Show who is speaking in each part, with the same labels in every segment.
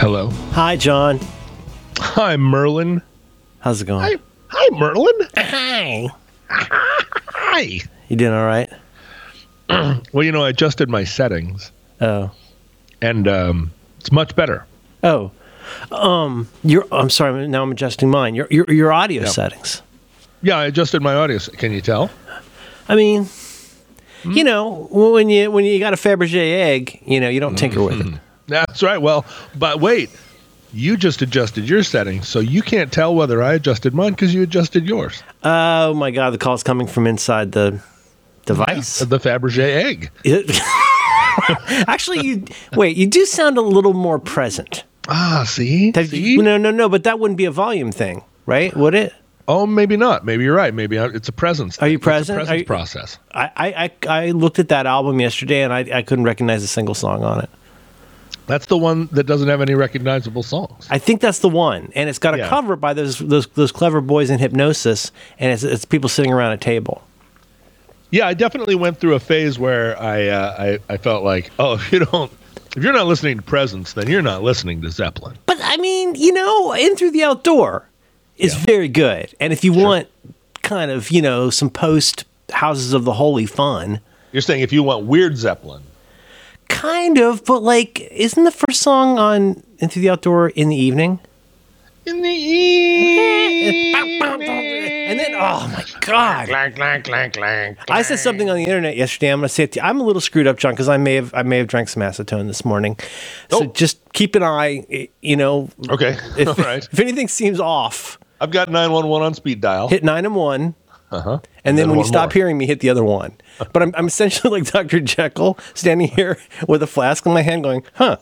Speaker 1: Hello.
Speaker 2: Hi, John.
Speaker 1: Hi, Merlin.
Speaker 2: How's it going?
Speaker 1: Hi, hi, Merlin.
Speaker 2: Hi.
Speaker 1: Hi.
Speaker 2: You doing all right?
Speaker 1: Well, you know, I adjusted my settings,
Speaker 2: Oh.
Speaker 1: and um, it's much better.
Speaker 2: Oh. Um. Your. I'm sorry. Now I'm adjusting mine. Your. Your. Your audio settings.
Speaker 1: Yeah, I adjusted my audio. se- Can you tell?
Speaker 2: I mean, you know, when you when you got a Fabergé egg, you know, you don't tinker with it.
Speaker 1: That's right. Well, but wait, you just adjusted your settings, so you can't tell whether I adjusted mine because you adjusted yours.
Speaker 2: Oh my God! The call's coming from inside the device.
Speaker 1: The Fabergé egg.
Speaker 2: It- Actually, you wait. You do sound a little more present.
Speaker 1: Ah, see?
Speaker 2: Have
Speaker 1: see?
Speaker 2: you- no, no, no. But that wouldn't be a volume thing, right? Would it?
Speaker 1: oh, maybe not. Maybe you're right. Maybe I, it's a presence.
Speaker 2: Are you
Speaker 1: thing. It's a
Speaker 2: present? Are
Speaker 1: presence
Speaker 2: you-
Speaker 1: process.
Speaker 2: I, I, I, I looked at that album yesterday and I, I couldn't recognize a single song on it.
Speaker 1: That's the one that doesn't have any recognizable songs.
Speaker 2: I think that's the one, and it's got a
Speaker 1: Yeah.
Speaker 2: cover by those those those clever boys in hypnosis, and it's it's people sitting around a table.
Speaker 1: Yeah, I definitely went through a phase where I uh, I, I felt like, oh, if you don't, if you're not listening to Presence, then you're not listening to Zeppelin.
Speaker 2: But I mean, you know, in through the outdoor is very good, and if you want kind of you know some post houses of the holy fun,
Speaker 1: You're saying if you want weird Zeppelin,
Speaker 2: kind of, but like, isn't the first song on in through the outdoor in the evening?
Speaker 1: in the evening,
Speaker 2: And then, oh my god.
Speaker 3: Clank, clank, clank, clank.
Speaker 2: I said something on the internet yesterday. I'm going to say it to you. I'm a little screwed up, John, because I may have I may have drank some acetone this morning. So
Speaker 1: Oh.
Speaker 2: just keep an eye. i- You know,
Speaker 1: okay,
Speaker 2: if,
Speaker 1: all right.
Speaker 2: if anything seems off,
Speaker 1: I've got nine one one on speed dial.
Speaker 2: hit nine and one,
Speaker 1: Uh huh.
Speaker 2: and then
Speaker 1: then
Speaker 2: when you
Speaker 1: one
Speaker 2: stop
Speaker 1: more.
Speaker 2: hearing me, hit the other one. But I'm, I'm essentially like Dr. Jekyll, standing here with a flask in my hand, going, "Huh."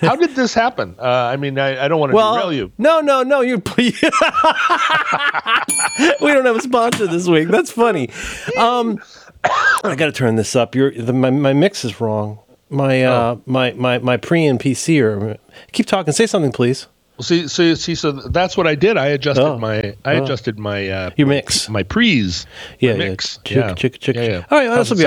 Speaker 1: How did this happen? Uh, I mean, I, I don't want to
Speaker 2: Well,
Speaker 1: derail you.
Speaker 2: no, no, no. You, we don't have a sponsor this week. That's funny. Um, I got to turn this up. Your the, my my mix is wrong. My
Speaker 1: Oh.
Speaker 2: uh, my my my pre and PC are. Keep talking. Say something, please.
Speaker 1: Well, See, see, see. So that's what I did. I adjusted
Speaker 2: Oh.
Speaker 1: my, I adjusted my, uh,
Speaker 2: Your mix.
Speaker 1: my prees,
Speaker 2: Yeah,
Speaker 1: my
Speaker 2: yeah.
Speaker 1: mix.
Speaker 2: Chick, chick, chick,
Speaker 1: Yeah,
Speaker 2: chick.
Speaker 1: yeah.
Speaker 2: All right, well,
Speaker 1: How's
Speaker 2: this will
Speaker 1: it
Speaker 2: be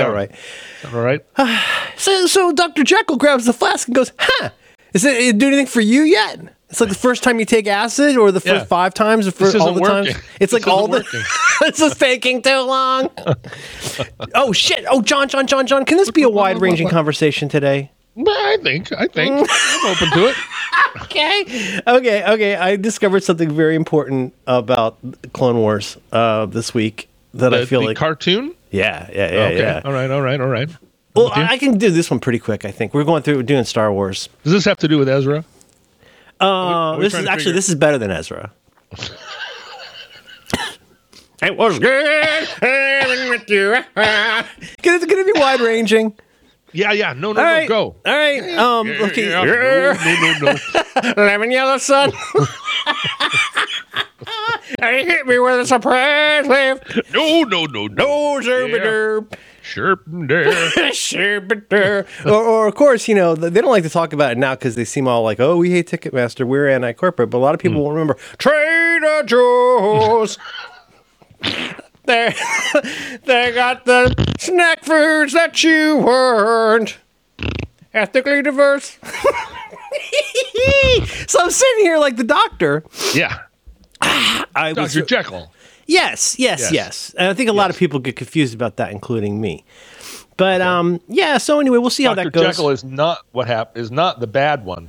Speaker 1: sound?
Speaker 2: all right.
Speaker 1: All right.
Speaker 2: So so Dr. Jekyll grabs the flask and goes, "Huh? Is it, it do anything for you yet?" It's like the first time you take acid, or the first
Speaker 1: Yeah.
Speaker 2: five times, or for
Speaker 1: This
Speaker 2: all
Speaker 1: isn't
Speaker 2: the times.
Speaker 1: working.
Speaker 2: It's like
Speaker 1: This isn't
Speaker 2: all the.
Speaker 1: working.
Speaker 2: this is taking too long. oh shit! Oh John, John, John, John. Can this be a wide ranging conversation today?
Speaker 1: Well, I think. I think. I'm open to it.
Speaker 2: Okay, okay, okay. I discovered something very important about Clone Wars uh, this week that I
Speaker 1: The-
Speaker 2: feel
Speaker 1: the
Speaker 2: like.
Speaker 1: cartoon.
Speaker 2: yeah, yeah, yeah,
Speaker 1: okay.
Speaker 2: yeah.
Speaker 1: All right. All right. All right.
Speaker 2: Well, I I can do this one pretty quick. I think we're going through. We're doing Star Wars.
Speaker 1: Does this have to do with Ezra?
Speaker 2: Uh,
Speaker 1: we
Speaker 2: this
Speaker 1: trying
Speaker 2: is
Speaker 1: to
Speaker 2: actually
Speaker 1: figure-
Speaker 2: this is better than Ezra. it was good having with you. Can it, can it be wide ranging?
Speaker 1: Yeah. Yeah. No. No.
Speaker 2: All
Speaker 1: no.
Speaker 2: right,
Speaker 1: Go.
Speaker 2: All right. Um, okay.
Speaker 1: Yeah, No. No. No. no.
Speaker 2: Lemon yellow sun. and he hit me with a surprise left.
Speaker 1: No. No. No. No.
Speaker 2: Oh,
Speaker 1: zooby-doo. Sure. there.
Speaker 2: or, or of course, you know th- they don't like to talk about it now because they seem all like, "Oh, we hate Ticketmaster, we're anti-corporate." But a lot of people will remember Trader Joe's. they they got the snack foods that you weren't ethically diverse. so I'm sitting here like the doctor.
Speaker 1: Yeah.
Speaker 2: I was
Speaker 1: Doctor Jekyll.
Speaker 2: Yes, yes, yes,
Speaker 1: Yes.
Speaker 2: And I think a lot of people get confused about that, including me. But um, yeah. So anyway, we'll see how
Speaker 1: Doctor
Speaker 2: that goes.
Speaker 1: Jekyll is not what hap- is not the bad one.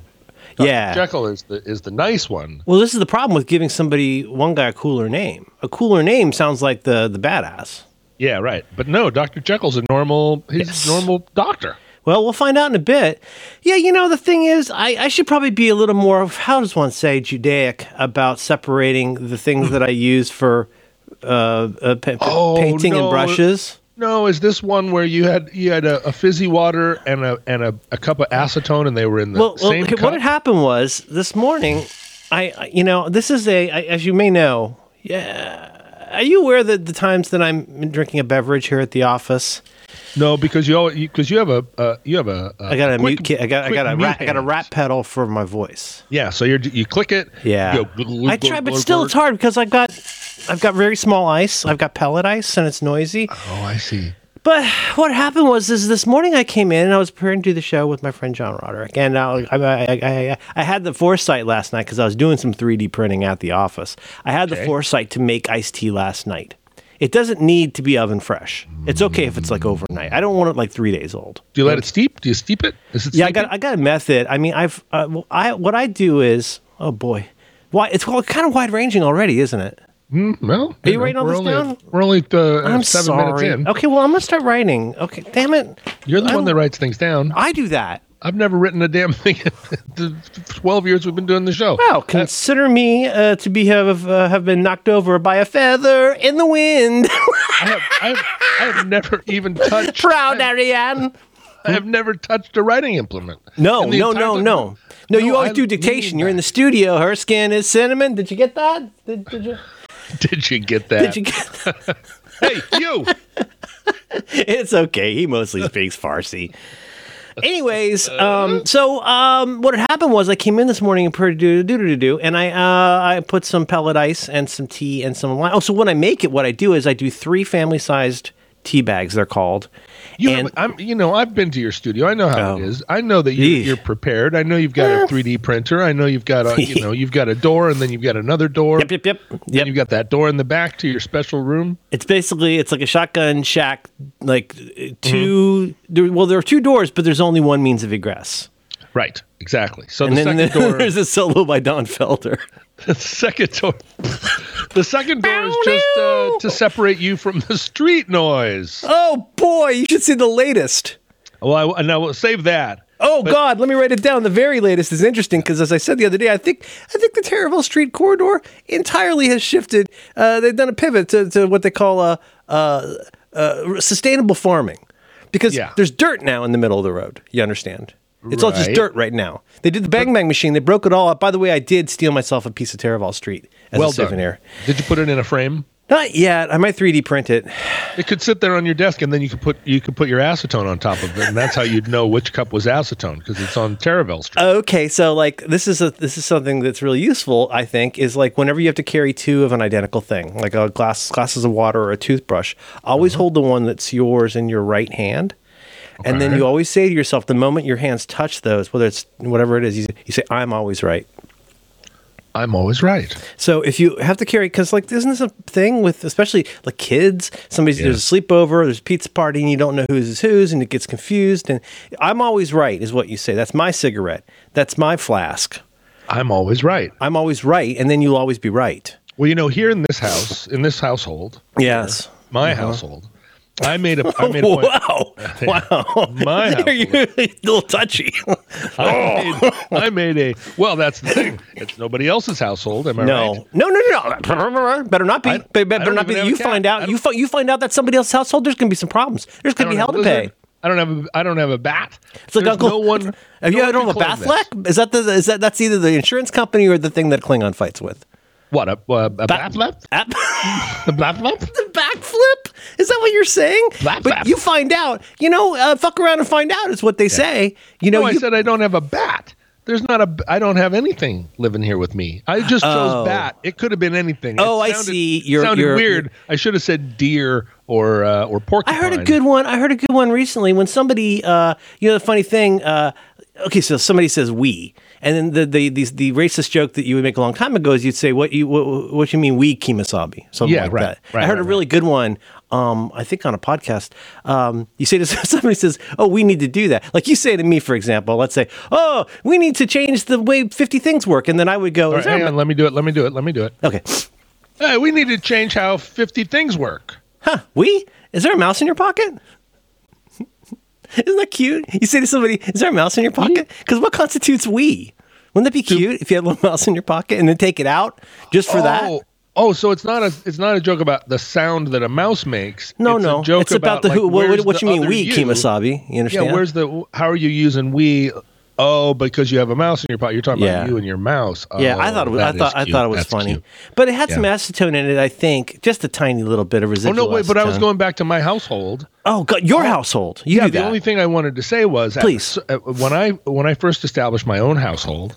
Speaker 2: yeah.
Speaker 1: Jekyll is the is the nice one.
Speaker 2: Well, this is the problem with giving somebody one guy a cooler name. A cooler name sounds like the the badass.
Speaker 1: Yeah. Right. But no. Doctor Jekyll's a normal. He's
Speaker 2: Yes.
Speaker 1: a normal doctor.
Speaker 2: Well, we'll find out in a bit. Yeah, you know the thing is, I, I should probably be a little more how does one say Judaic about separating the things that I use for uh, uh, pa- pa-
Speaker 1: Oh,
Speaker 2: painting and
Speaker 1: no.
Speaker 2: brushes.
Speaker 1: No, is this one where you had you had a, a fizzy water and a and a, a cup of acetone and they were in the
Speaker 2: well, well,
Speaker 1: same
Speaker 2: okay,
Speaker 1: cup?
Speaker 2: what had happened was this morning I, I you know this is a I, as you may know yeah are you aware that the times that i'm drinking a beverage here at the office
Speaker 1: no, because you because you, 'cause you have a uh, you have a, a
Speaker 2: i got a
Speaker 1: Uh, quick-
Speaker 2: mute kit i got i
Speaker 1: quick
Speaker 2: got a
Speaker 1: mute
Speaker 2: rat, i got a
Speaker 1: hand.
Speaker 2: rat pedal for my voice
Speaker 1: Yeah, so you you click it.
Speaker 2: yeah
Speaker 1: you go-
Speaker 2: i try but still it's hard because i've got i've got very small ice i've got pellet ice and it's noisy
Speaker 1: Oh, I see.
Speaker 2: But what happened was, is this morning I came in and I was preparing to do the show with my friend John Roderick, and I, I, I, I, I had the foresight last night because I was doing some 3D printing at the office. I had the
Speaker 1: Okay.
Speaker 2: foresight to make iced tea last night. It doesn't need to be oven fresh. It's okay if it's like overnight. I don't want it like three days old.
Speaker 1: Do you let it steep? Do you steep it? Is it
Speaker 2: Yeah, I
Speaker 1: steeping?
Speaker 2: got I got a method. I mean, I've uh, well, I what I do is oh boy, why it's well, kind of wide ranging already, isn't it?
Speaker 1: Mm, well,
Speaker 2: you writing all
Speaker 1: we're
Speaker 2: this
Speaker 1: only,
Speaker 2: down?
Speaker 1: We're only uh,
Speaker 2: I'm
Speaker 1: seven minutes
Speaker 2: sorry.
Speaker 1: in.
Speaker 2: Okay, well I'm gonna start writing. Okay, damn it,
Speaker 1: You're the
Speaker 2: I'm-
Speaker 1: one that writes things down.
Speaker 2: I do that.
Speaker 1: I've never written a damn thing in the 12 years we've been doing the show.
Speaker 2: Wow, Oh, consider me uh, to be have uh, have been knocked over by a feather in the wind.
Speaker 1: I have, I have, I have never even touched.
Speaker 2: Proud Ariane.
Speaker 1: I have never touched a writing implement.
Speaker 2: No,
Speaker 1: In the
Speaker 2: no,
Speaker 1: entire
Speaker 2: no,
Speaker 1: time-
Speaker 2: no, no. You
Speaker 1: No,
Speaker 2: always
Speaker 1: I
Speaker 2: do
Speaker 1: mean
Speaker 2: dictation. You're in the
Speaker 1: that.
Speaker 2: studio. Her skin is cinnamon. Did you get that? Did, did you?
Speaker 1: Did you get that?
Speaker 2: Did you get that?
Speaker 1: hey, you.
Speaker 2: it's okay. He mostly speaks Farsi. Anyways,
Speaker 1: Uh-huh.
Speaker 2: um, so um, what had happened was I came in this morning and pretty do do do do do, and I uh, I put some pellet ice and some tea and some lime. Oh, so when I make it, what I do is I do three family sized tea bags. They're called.
Speaker 1: You,
Speaker 2: And-
Speaker 1: have- I'm, you know, I've been to your studio. I know how
Speaker 2: Oh.
Speaker 1: it is. I know that you,
Speaker 2: Yeesh.
Speaker 1: you're prepared. I know you've got a 3D printer. I know you've got a, you know, you've got a door, and then you've got another door.
Speaker 2: Yep, yep, yep,
Speaker 1: And
Speaker 2: yep.
Speaker 1: you've got that door in the back to your special room.
Speaker 2: It's basically it's like a shotgun shack. Like uh, 2 There, well, there are two doors, but there's only one means of egress.
Speaker 1: Right. Exactly. So
Speaker 2: And
Speaker 1: the
Speaker 2: then
Speaker 1: second
Speaker 2: there-
Speaker 1: door.
Speaker 2: there's a solo by Don Felder.
Speaker 1: The second door. The second door is just uh, to separate you from the street noise.
Speaker 2: Oh boy, you should see the latest.
Speaker 1: Well, I, and I will save that.
Speaker 2: Oh God, let me write it down. The very latest is interesting because, as I said the other day, I think I think the Terraville Street corridor entirely has shifted. Uh, they've done a pivot to, to what they call uh, uh, uh, sustainable farming because
Speaker 1: Yeah.
Speaker 2: there's dirt now in the middle of the road. You understand? It's all just
Speaker 1: Right.
Speaker 2: dirt right now. They did the bang bang machine. They broke it all up. By the way, I did steal myself a piece of Terraville Street as
Speaker 1: Well
Speaker 2: a souvenir.
Speaker 1: done. Did you put it in a frame?
Speaker 2: Not yet. I might 3D print it.
Speaker 1: It could sit there on your desk, and then you could put you could put your acetone on top of it, and that's how you'd know which cup was acetone because it's on Terraville Street.
Speaker 2: Okay, so like this is a this is something that's really useful. I think is like whenever you have to carry two of an identical thing, like a glass glasses of water or a toothbrush, always hold the one that's yours in your right hand, and then
Speaker 1: Okay.
Speaker 2: you always say to yourself, the moment your hands touch those, whether it's whatever it is, you, you say, "I'm always right."
Speaker 1: I'm always right.
Speaker 2: So if you have to carry, because like isn't this a thing with especially like kids? Somebody's there's a sleepover, there's a pizza party, and you don't know whose is whose, and it gets confused. And I'm always right is what you say. That's my cigarette. That's my flask.
Speaker 1: I'm always right.
Speaker 2: I'm always right, and then you'll always be right.
Speaker 1: Well, you know, here in this house, in this household,
Speaker 2: Yes.
Speaker 1: my household, I made a I made a point.
Speaker 2: Wow. Wow.
Speaker 1: My
Speaker 2: You're, you're a little touchy.
Speaker 1: I made, I made a well. That's the thing. It's nobody else's household. Am I
Speaker 2: No.
Speaker 1: right?
Speaker 2: no, no, no, no. Better not be.
Speaker 1: I-
Speaker 2: Be-
Speaker 1: I
Speaker 2: better
Speaker 1: don't
Speaker 2: not be.
Speaker 1: even have
Speaker 2: You
Speaker 1: a cat.
Speaker 2: find
Speaker 1: I
Speaker 2: out.
Speaker 1: don't-
Speaker 2: You, fi- you find out that somebody else's household. There's going to be some problems. There's going
Speaker 1: I
Speaker 2: to be
Speaker 1: don't have
Speaker 2: hell to
Speaker 1: a
Speaker 2: pay.
Speaker 1: lizard. I don't have a. I don't have a bat.
Speaker 2: It's like
Speaker 1: There's
Speaker 2: Uncle.
Speaker 1: No one.
Speaker 2: Have you
Speaker 1: no
Speaker 2: had
Speaker 1: one
Speaker 2: Uncle
Speaker 1: can claim this.
Speaker 2: Bathlack? Is that the? Is that that's either the insurance company or the thing that Klingon fights with?
Speaker 1: What a, a, a Bathlap?
Speaker 2: App-
Speaker 1: A Bathlap?
Speaker 2: the backflip? Is that what you're saying?
Speaker 1: Blap,
Speaker 2: but
Speaker 1: blap.
Speaker 2: you find out. You know, uh, fuck around and find out is what they say. You know,
Speaker 1: No, I
Speaker 2: you,
Speaker 1: said I don't have a bat. There's not a. I don't have anything living here with me. I just chose
Speaker 2: Oh.
Speaker 1: bat. It could have been anything. It
Speaker 2: Oh, I see. You're-
Speaker 1: sounded
Speaker 2: you're-
Speaker 1: weird. I should have said deer or uh, or
Speaker 2: I
Speaker 1: porcupine.
Speaker 2: heard a good one. I heard a good one recently when somebody, uh, you know, the funny thing. Uh, okay, so somebody says we, and then the the, the the racist joke that you would make a long time ago is you'd say what you what, what you mean we Kimasabi, something
Speaker 1: Yeah,
Speaker 2: like
Speaker 1: right,
Speaker 2: that.
Speaker 1: right,
Speaker 2: I heard
Speaker 1: right,
Speaker 2: a really good one. Um, I think on a podcast, um, you say to somebody says, "Oh, we need to do that." Like you say to me, for example, let's say, "Oh, we need to change the way fifty things work," and then I would go,
Speaker 1: All right,
Speaker 2: "Is there a
Speaker 1: hang on. Let me do it. Let me do it. Let me do it.
Speaker 2: ma- "Okay,
Speaker 1: Hey, we need to change how 50 things work.
Speaker 2: huh? We is there a mouse in your pocket?" Isn't that cute? You say to somebody, "Is there a mouse in your pocket?" Because what constitutes we? Wouldn't that be cute if you had a little mouse in your pocket and then take it out just for that?
Speaker 1: Oh, oh, so it's not a it's not a joke about the sound that a mouse makes.
Speaker 2: No,
Speaker 1: it's
Speaker 2: no,
Speaker 1: A joke
Speaker 2: it's about, the
Speaker 1: like,
Speaker 2: who. What,
Speaker 1: where's
Speaker 2: what
Speaker 1: the
Speaker 2: you mean,
Speaker 1: other
Speaker 2: we
Speaker 1: you?
Speaker 2: Kimasabi? You
Speaker 1: Yeah,
Speaker 2: understand?
Speaker 1: where's the? How are you using we? Oh, because you have a mouse in your pocket. You're talking
Speaker 2: Yeah.
Speaker 1: about you and your mouse.
Speaker 2: yeah, I
Speaker 1: Oh,
Speaker 2: thought it was, I
Speaker 1: that
Speaker 2: thought
Speaker 1: is
Speaker 2: I
Speaker 1: cute.
Speaker 2: thought it was
Speaker 1: That's
Speaker 2: funny,
Speaker 1: cute.
Speaker 2: but it had some
Speaker 1: Yeah.
Speaker 2: acetone in it. I think just a tiny little bit of
Speaker 1: Oh
Speaker 2: residual.
Speaker 1: no, wait! But I was
Speaker 2: acetone.
Speaker 1: going back to my household.
Speaker 2: Oh God, your household. You
Speaker 1: yeah,
Speaker 2: do
Speaker 1: the
Speaker 2: that.
Speaker 1: only thing I wanted to say was, at-
Speaker 2: Please.
Speaker 1: uh, when I when I first established my own household,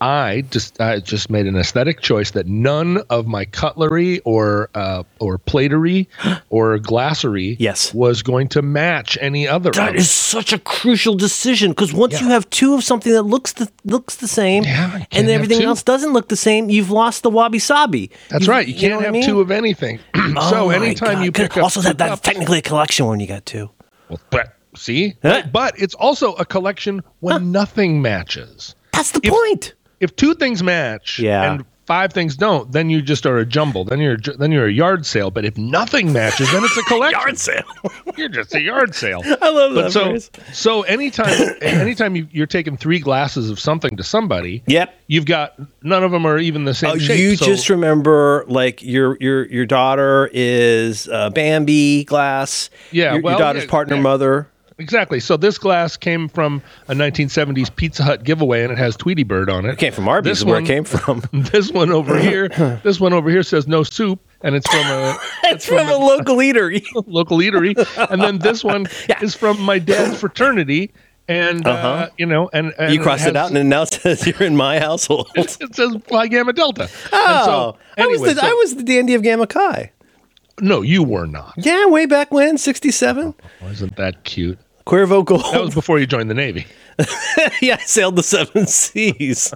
Speaker 1: I just I just made an aesthetic choice that none of my cutlery or uh, or platery or glassery
Speaker 2: Yes.
Speaker 1: was going to match any other.
Speaker 2: That
Speaker 1: of
Speaker 2: is such a crucial decision because once you have two of something that looks the looks the same,
Speaker 1: Yeah, you can't
Speaker 2: and
Speaker 1: have
Speaker 2: everything
Speaker 1: two.
Speaker 2: else doesn't look the same, you've lost the wabi sabi.
Speaker 1: That's right. You can't have two of anything.
Speaker 2: Oh
Speaker 1: so anytime you pick up
Speaker 2: also that
Speaker 1: two
Speaker 2: that's
Speaker 1: cups-
Speaker 2: technically a collection when you got two.
Speaker 1: Well, but see,
Speaker 2: Huh?
Speaker 1: but it's also a collection when nothing matches.
Speaker 2: That's the point.
Speaker 1: If two things match,
Speaker 2: Yeah.
Speaker 1: and five things don't, then you just are a jumble. Then you're a ju- then you're a yard sale. But if nothing matches, then it's a collection.
Speaker 2: sale.
Speaker 1: You're just a yard sale.
Speaker 2: I love that.
Speaker 1: But so
Speaker 2: phrase.
Speaker 1: so anytime anytime you, you're taking three glasses of something to somebody,
Speaker 2: Yep.
Speaker 1: you've got none of them are even the same
Speaker 2: Oh,
Speaker 1: shape.
Speaker 2: you
Speaker 1: so-
Speaker 2: just remember like your your your daughter is uh, Bambi glass.
Speaker 1: Yeah,
Speaker 2: your, your
Speaker 1: well,
Speaker 2: daughter's
Speaker 1: yeah,
Speaker 2: partner
Speaker 1: yeah.
Speaker 2: mother.
Speaker 1: exactly. So this glass came from a 1970s Pizza Hut giveaway, and it has Tweety Bird on it.
Speaker 2: It came from Arby's,
Speaker 1: This
Speaker 2: is where
Speaker 1: one-
Speaker 2: it came from.
Speaker 1: This one over here, this one over here says no soup, and it's from a
Speaker 2: It's from a local eater.
Speaker 1: local eatery, and then this one is from my dad's fraternity, and uh you know, and, and
Speaker 2: Uh-huh. you crossed
Speaker 1: has-
Speaker 2: it out, and it now says you're in my household.
Speaker 1: It says Phi Gamma Delta. And
Speaker 2: Oh,
Speaker 1: so, anyway,
Speaker 2: I was the
Speaker 1: so-
Speaker 2: I was the dandy of Gamma Chi.
Speaker 1: no, you were not.
Speaker 2: Yeah, way back when, '67,
Speaker 1: Wasn't that cute?
Speaker 2: Cuervo Gold.
Speaker 1: That was before you joined the Navy.
Speaker 2: yeah, I sailed the seven seas.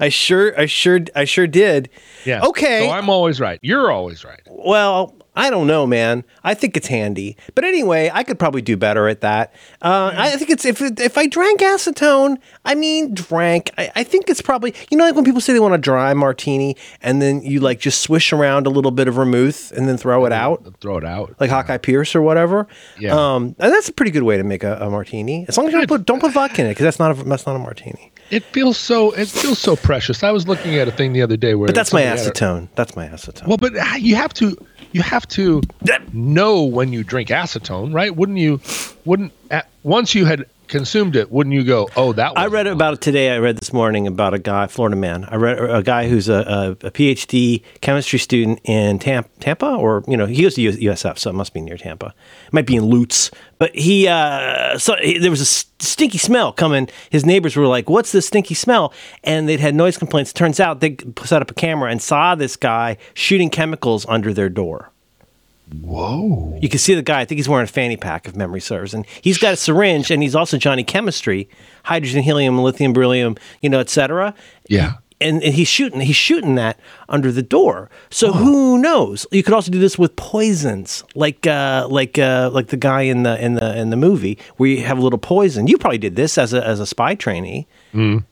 Speaker 2: I sure, I sure, I sure did.
Speaker 1: Yeah.
Speaker 2: Okay.
Speaker 1: So I'm always right. You're always right.
Speaker 2: Well, I don't know, man. I think it's handy, but anyway, I could probably do better at that. Uh, I think it's if it, if I drank acetone, I mean drank. I, I think it's probably you know like when people say they want a dry martini, and then you like just swish around a little bit of vermouth and then throw it out.
Speaker 1: Throw it out.
Speaker 2: like Hawkeye Pierce or whatever.
Speaker 1: Yeah.
Speaker 2: Um, and that's a pretty good way to make a, a martini. As long as you don't put don't put vodka in it, because that's not a that's not a martini.
Speaker 1: it feels so. It feels so precious. I was looking at a thing the other day where.
Speaker 2: But that's my
Speaker 1: somebody had a-
Speaker 2: acetone. That's my acetone.
Speaker 1: Well, but uh, you have to. You have to know when you drink acetone, right? Wouldn't you? Wouldn't at, once you had consumed it, wouldn't you go? Oh, that.
Speaker 2: I
Speaker 1: was
Speaker 2: read about it today. I read this morning about a guy, Florida man. I read a guy who's a, a, a PhD chemistry student in Tampa, Tampa, or you know, he goes to US, USF, so it must be near Tampa. It might be in Lutz, but he, uh, so he, there was a s- stinky smell coming. His neighbors were like, "What's this stinky smell?" And they'd had noise complaints. Turns out they set up a camera and saw this guy shooting chemicals under their door.
Speaker 1: Whoa.
Speaker 2: You can see the guy. I think he's wearing a fanny pack, if memory serves, and he's got a syringe, and he's also Johnny Chemistry, hydrogen, helium, lithium, beryllium, you know, etc.
Speaker 1: Yeah.
Speaker 2: And, and he's shooting, he's shooting that under the door. So who knows? You could also do this with poisons, like uh, like uh, like the guy in the in the in the movie where you have a little poison. You probably did this as a as a spy trainee.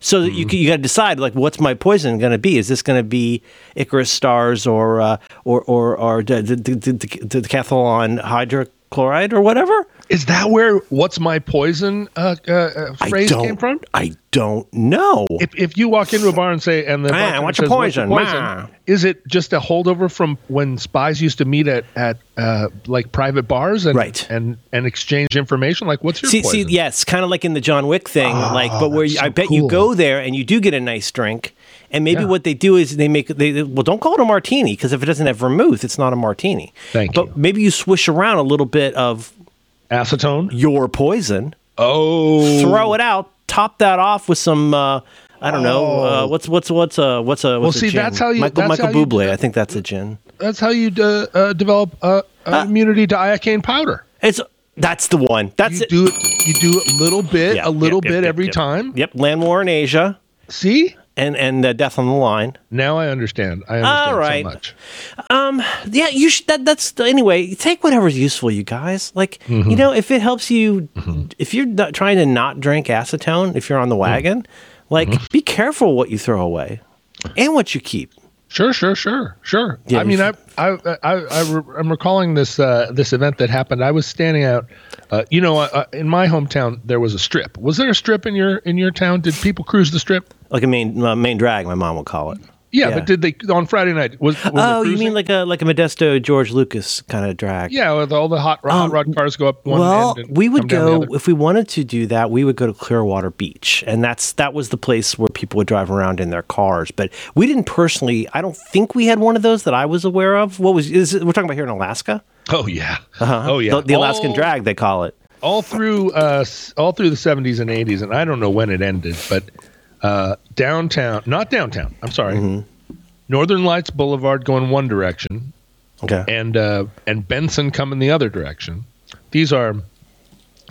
Speaker 2: So that you c- you got to decide like what's my poison going to be? Is this going to be Icarus stars or uh, or or or d- d- d- d- d- decathlon hydrochloride or whatever?
Speaker 1: Is that where "What's my poison" uh, uh, uh,
Speaker 2: I
Speaker 1: phrase
Speaker 2: don't.
Speaker 1: came from?
Speaker 2: I don't know.
Speaker 1: If, if you walk into a bar and say, and the
Speaker 2: Ah,
Speaker 1: bartender
Speaker 2: what's your
Speaker 1: says, "What's your
Speaker 2: poison? Ah."
Speaker 1: Is it just a holdover from when spies used to meet at at uh, like private bars and
Speaker 2: Right.
Speaker 1: and and exchange information? Like, what's your
Speaker 2: See,
Speaker 1: poison? Ah,
Speaker 2: see, yes, kind of like in the John Wick thing, like, but where you, I
Speaker 1: so
Speaker 2: bet you
Speaker 1: cool.
Speaker 2: go there and you do get a nice drink, and maybe
Speaker 1: Yeah.
Speaker 2: what they do is they make they they- well, don't call it a martini because if it doesn't have vermouth, it's not a martini.
Speaker 1: Thank
Speaker 2: but
Speaker 1: you.
Speaker 2: maybe you swish around a little bit of
Speaker 1: Acetone.
Speaker 2: your poison,
Speaker 1: Oh,
Speaker 2: throw it out, top that off with some. Uh, I don't know uh, what's what's what's a what's a what's a
Speaker 1: Oh. see,
Speaker 2: gin?
Speaker 1: that's how you-
Speaker 2: Michael
Speaker 1: that's
Speaker 2: Michael
Speaker 1: how you do
Speaker 2: Bublé. I think that's a gin.
Speaker 1: that's how you d- uh, develop uh, uh, immunity to iocane powder.
Speaker 2: It's that's the one. That's
Speaker 1: You
Speaker 2: it.
Speaker 1: do it. You do it a little bit,
Speaker 2: Yeah,
Speaker 1: a little
Speaker 2: yep, yep,
Speaker 1: bit
Speaker 2: yep,
Speaker 1: every
Speaker 2: yep.
Speaker 1: time.
Speaker 2: Yep, Land War in Asia
Speaker 1: See,
Speaker 2: and and uh, Death on the Line.
Speaker 1: now I understand. I understand
Speaker 2: All right.
Speaker 1: so much.
Speaker 2: yeah, you should. That, that's anyway. Take whatever's useful, you guys. Like you know, if it helps you, if you're not trying to not drink acetone, if you're on the wagon, like be careful what you throw away and what you keep.
Speaker 1: Sure, sure, sure, sure. I mean, I,
Speaker 2: you've-
Speaker 1: I, I, I, re- I'm recalling this uh, this event that happened. I was standing out. Uh, you know, uh, in my hometown, there was a strip. Was there a strip in your in your town? Did people cruise the strip?
Speaker 2: Like a main uh, main drag, my mom will call it.
Speaker 1: Yeah,
Speaker 2: Yeah.
Speaker 1: but did they on Friday night? Was, was there
Speaker 2: Oh, you mean
Speaker 1: cruising?
Speaker 2: like a like a Modesto George Lucas kind of drag?
Speaker 1: yeah? With all the hot, hot rod cars go up one
Speaker 2: Um, well,
Speaker 1: end. and
Speaker 2: we
Speaker 1: come down
Speaker 2: would
Speaker 1: the
Speaker 2: go
Speaker 1: other.
Speaker 2: if we wanted to do that. We would go to Clearwater Beach, and that's that was the place where people would drive around in their cars. But we didn't personally. I don't think we had one of those that I was aware of. What was is it, we're talking about here in Alaska?
Speaker 1: Oh yeah. Oh yeah.
Speaker 2: Uh-huh. the, the Alaskan
Speaker 1: all,
Speaker 2: drag they call it.
Speaker 1: All through uh, s- all through the 70s and 80s, and I don't know when it ended, but uh, downtown, not downtown. I'm sorry,
Speaker 2: Mm-hmm.
Speaker 1: Northern Lights Boulevard going one direction,
Speaker 2: Okay.
Speaker 1: and uh, and Benson coming the other direction. These are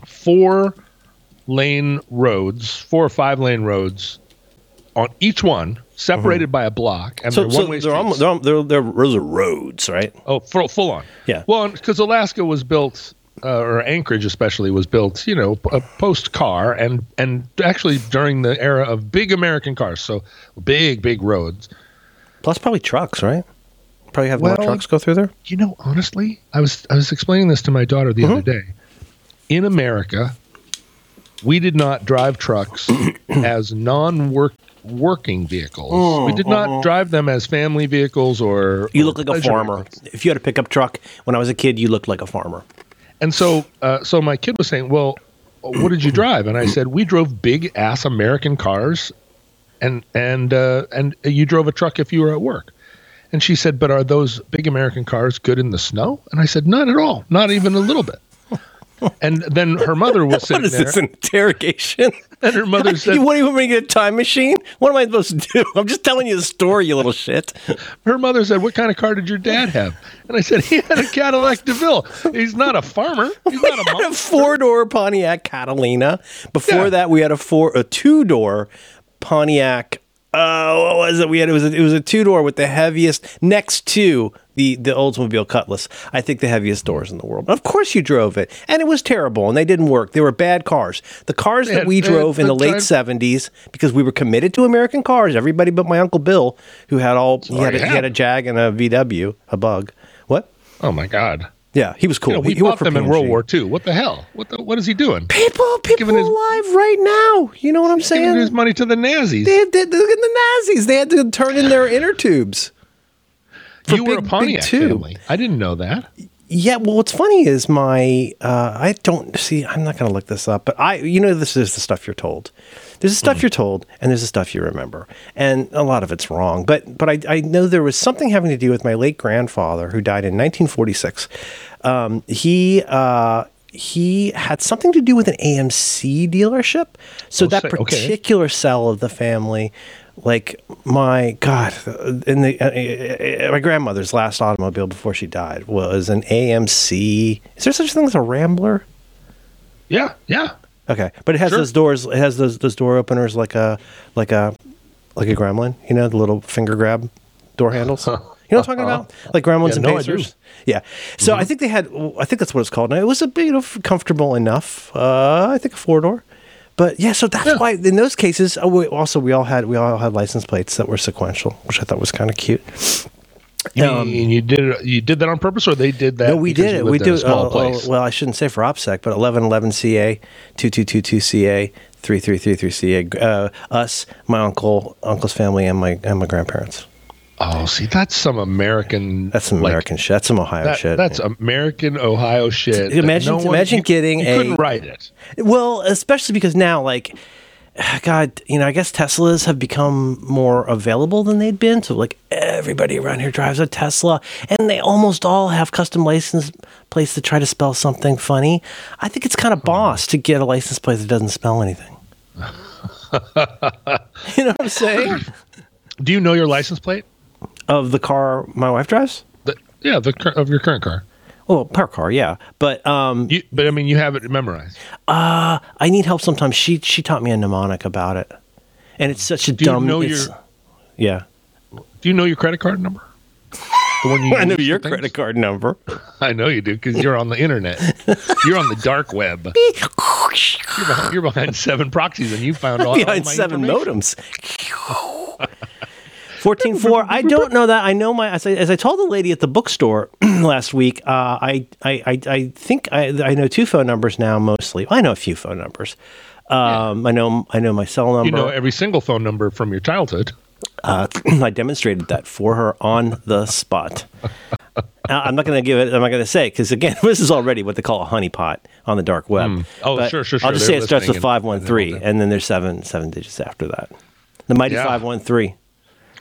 Speaker 1: four lane roads, four or five lane roads, on each one separated by a block, and
Speaker 2: Mm-hmm. so
Speaker 1: they're
Speaker 2: so
Speaker 1: one way
Speaker 2: they're, almost, they're, they're, they're, those are roads, right?
Speaker 1: Oh, full, full on.
Speaker 2: Yeah.
Speaker 1: Well, because Alaska was built, uh, or Anchorage especially was built, you know, p- uh, post car and and actually during the era of big American cars, so big big roads.
Speaker 2: Plus probably trucks, right? Probably have a lot of
Speaker 1: Well-
Speaker 2: trucks go through there.
Speaker 1: You know, honestly, I was I was explaining this to my daughter the other day. In America, we did not drive trucks as non work working vehicles. we did not drive them as family vehicles or
Speaker 2: You
Speaker 1: or
Speaker 2: look like a
Speaker 1: pleasure
Speaker 2: farmer.
Speaker 1: vehicles.
Speaker 2: If you had a pickup truck when I was a kid, you looked like a farmer.
Speaker 1: And so, uh, so my kid was saying, "Well, what did you drive?" And I said, "We drove big ass American cars, and and uh, and you drove a truck if you were at work." And she said, "But are those big American cars good in the snow?" And I said, "Not at all, not even a little bit." And then her mother was sitting
Speaker 2: What is
Speaker 1: there,
Speaker 2: this an interrogation?
Speaker 1: and her mother said,
Speaker 2: you, what do you want me to get a time machine? What am I supposed to do? I'm just telling you the story, you little shit.
Speaker 1: her mother said, "What kind of car did your dad have?" And I said, "He had a Cadillac DeVille. He's not a farmer. He's not a
Speaker 2: I had
Speaker 1: mom."
Speaker 2: a four door Pontiac Catalina. Before
Speaker 1: Yeah.
Speaker 2: that, we had a four a two door Pontiac. Uh, what was it? We had it was a, it was a two door with the heaviest next to the the Oldsmobile Cutlass. I think the heaviest doors in the world. Of course, you drove it, and it was terrible, and they didn't work. They were bad cars. The cars that
Speaker 1: had-
Speaker 2: we
Speaker 1: they had
Speaker 2: drove in the
Speaker 1: good
Speaker 2: late
Speaker 1: time.
Speaker 2: seventies, because we were committed to American cars. Everybody but my uncle Bill, who had all he had, a,
Speaker 1: you
Speaker 2: he
Speaker 1: had
Speaker 2: had a
Speaker 1: it.
Speaker 2: Jag and a VW, a Bug. What?
Speaker 1: Oh my God!
Speaker 2: Yeah, he was cool.
Speaker 1: You know, we
Speaker 2: he, he worked
Speaker 1: fought them in
Speaker 2: PNG.
Speaker 1: World War II. What the hell? What the, what is he doing?
Speaker 2: people, people
Speaker 1: Giving his-
Speaker 2: alive right now. You know what I'm
Speaker 1: giving his
Speaker 2: saying?
Speaker 1: money to the Nazis.
Speaker 2: They had, they, look at the Nazis. They had to turn in their inner tubes. for
Speaker 1: you were a
Speaker 2: Big- Big
Speaker 1: Pontiac
Speaker 2: Two.
Speaker 1: family. I didn't know that.
Speaker 2: Yeah. Well, what's funny is my uh, I don't see. I'm not going to look this up, but I you know this is the stuff you're told. There's the stuff you're told, and there's the stuff you remember, and a lot of it's wrong. But but I, I know there was something having to do with my late grandfather who died in 1946. Um, he. Uh, he had something to do with an AMC dealership. So that
Speaker 1: say- okay.
Speaker 2: particular particular cell of the family like my god in the uh, uh, my grandmother's last automobile before she died was an AMC is there such a thing as a Rambler
Speaker 1: Yeah, yeah.
Speaker 2: okay but it has
Speaker 1: Sure.
Speaker 2: those doors it has those those door openers like a like a like a gremlin you know the little finger grab door handles you know what I'm talking about like
Speaker 1: Uh-huh. Yeah,
Speaker 2: gremlins and
Speaker 1: no, I
Speaker 2: pacers
Speaker 1: do. Mm-hmm.
Speaker 2: yeah so I think they had I think that's what it's called now it was a bit you know, comfortable enough uh I think a four door but yeah, so that's why in those cases, oh, we, also we all had we all had license plates that were sequential, which I thought was kind of cute.
Speaker 1: You,
Speaker 2: Um,
Speaker 1: mean you did it, you did that on purpose, or they did that?
Speaker 2: No, we
Speaker 1: because
Speaker 2: did
Speaker 1: you
Speaker 2: it.
Speaker 1: lived
Speaker 2: We
Speaker 1: in
Speaker 2: do.
Speaker 1: a small
Speaker 2: oh, oh,
Speaker 1: place.
Speaker 2: well, I shouldn't say for OPSEC, but eleven eleven CA, two two two two CA, three three three three CA. Uh, us, my uncle, uncle's family, and my and my grandparents.
Speaker 1: oh, see, that's some American.
Speaker 2: That's some
Speaker 1: like,
Speaker 2: American shit. That's some Ohio
Speaker 1: that-
Speaker 2: shit.
Speaker 1: That's American Ohio shit. that
Speaker 2: Imagine- imagine
Speaker 1: you-
Speaker 2: getting
Speaker 1: you
Speaker 2: a-
Speaker 1: couldn't write it.
Speaker 2: Well, especially because now, like, God, you know, I guess Teslas have become more available than they'd been. So, like, everybody around here drives a Tesla, and they almost all have custom license plates that try to spell something funny. I think it's kind of boss to get a license plate that doesn't spell anything. you know what I'm saying?
Speaker 1: Do you know your license plate?
Speaker 2: Of the car my wife drives?
Speaker 1: The, yeah, the cur- of your current car.
Speaker 2: Well, her car, yeah. But um,
Speaker 1: You, but I mean, you have it memorized.
Speaker 2: I need help sometimes. She she taught me a mnemonic about it, and it's such a
Speaker 1: you
Speaker 2: dumb.
Speaker 1: know
Speaker 2: it's-
Speaker 1: your-
Speaker 2: yeah.
Speaker 1: Do you know your credit card number? The one you
Speaker 2: I know
Speaker 1: use for
Speaker 2: your
Speaker 1: things?
Speaker 2: credit card number.
Speaker 1: I know you do because you're on the internet. you're on the dark web. You're behind, you're behind seven proxies, and you found all all
Speaker 2: Behind
Speaker 1: my
Speaker 2: seven
Speaker 1: information.
Speaker 2: modems. Fourteen four. I don't know that. I know my. As I, as I told the lady at the bookstore last week, uh, I, I I I think I I know two phone numbers now mostly. I know a few phone numbers. Um, I know I know my cell number.
Speaker 1: You know every single phone number from your childhood.
Speaker 2: Uh, I demonstrated that for her on the spot. Now, I'm not going to give it. I'm not going to say because again, this is already what they call a honeypot on the dark web.
Speaker 1: Oh, sure, sure, sure.
Speaker 2: I'll just
Speaker 1: They're
Speaker 2: say it starts
Speaker 1: listening
Speaker 2: with
Speaker 1: and-
Speaker 2: five one three, and then there's seven seven digits after that. The mighty
Speaker 1: Yeah.
Speaker 2: five one three.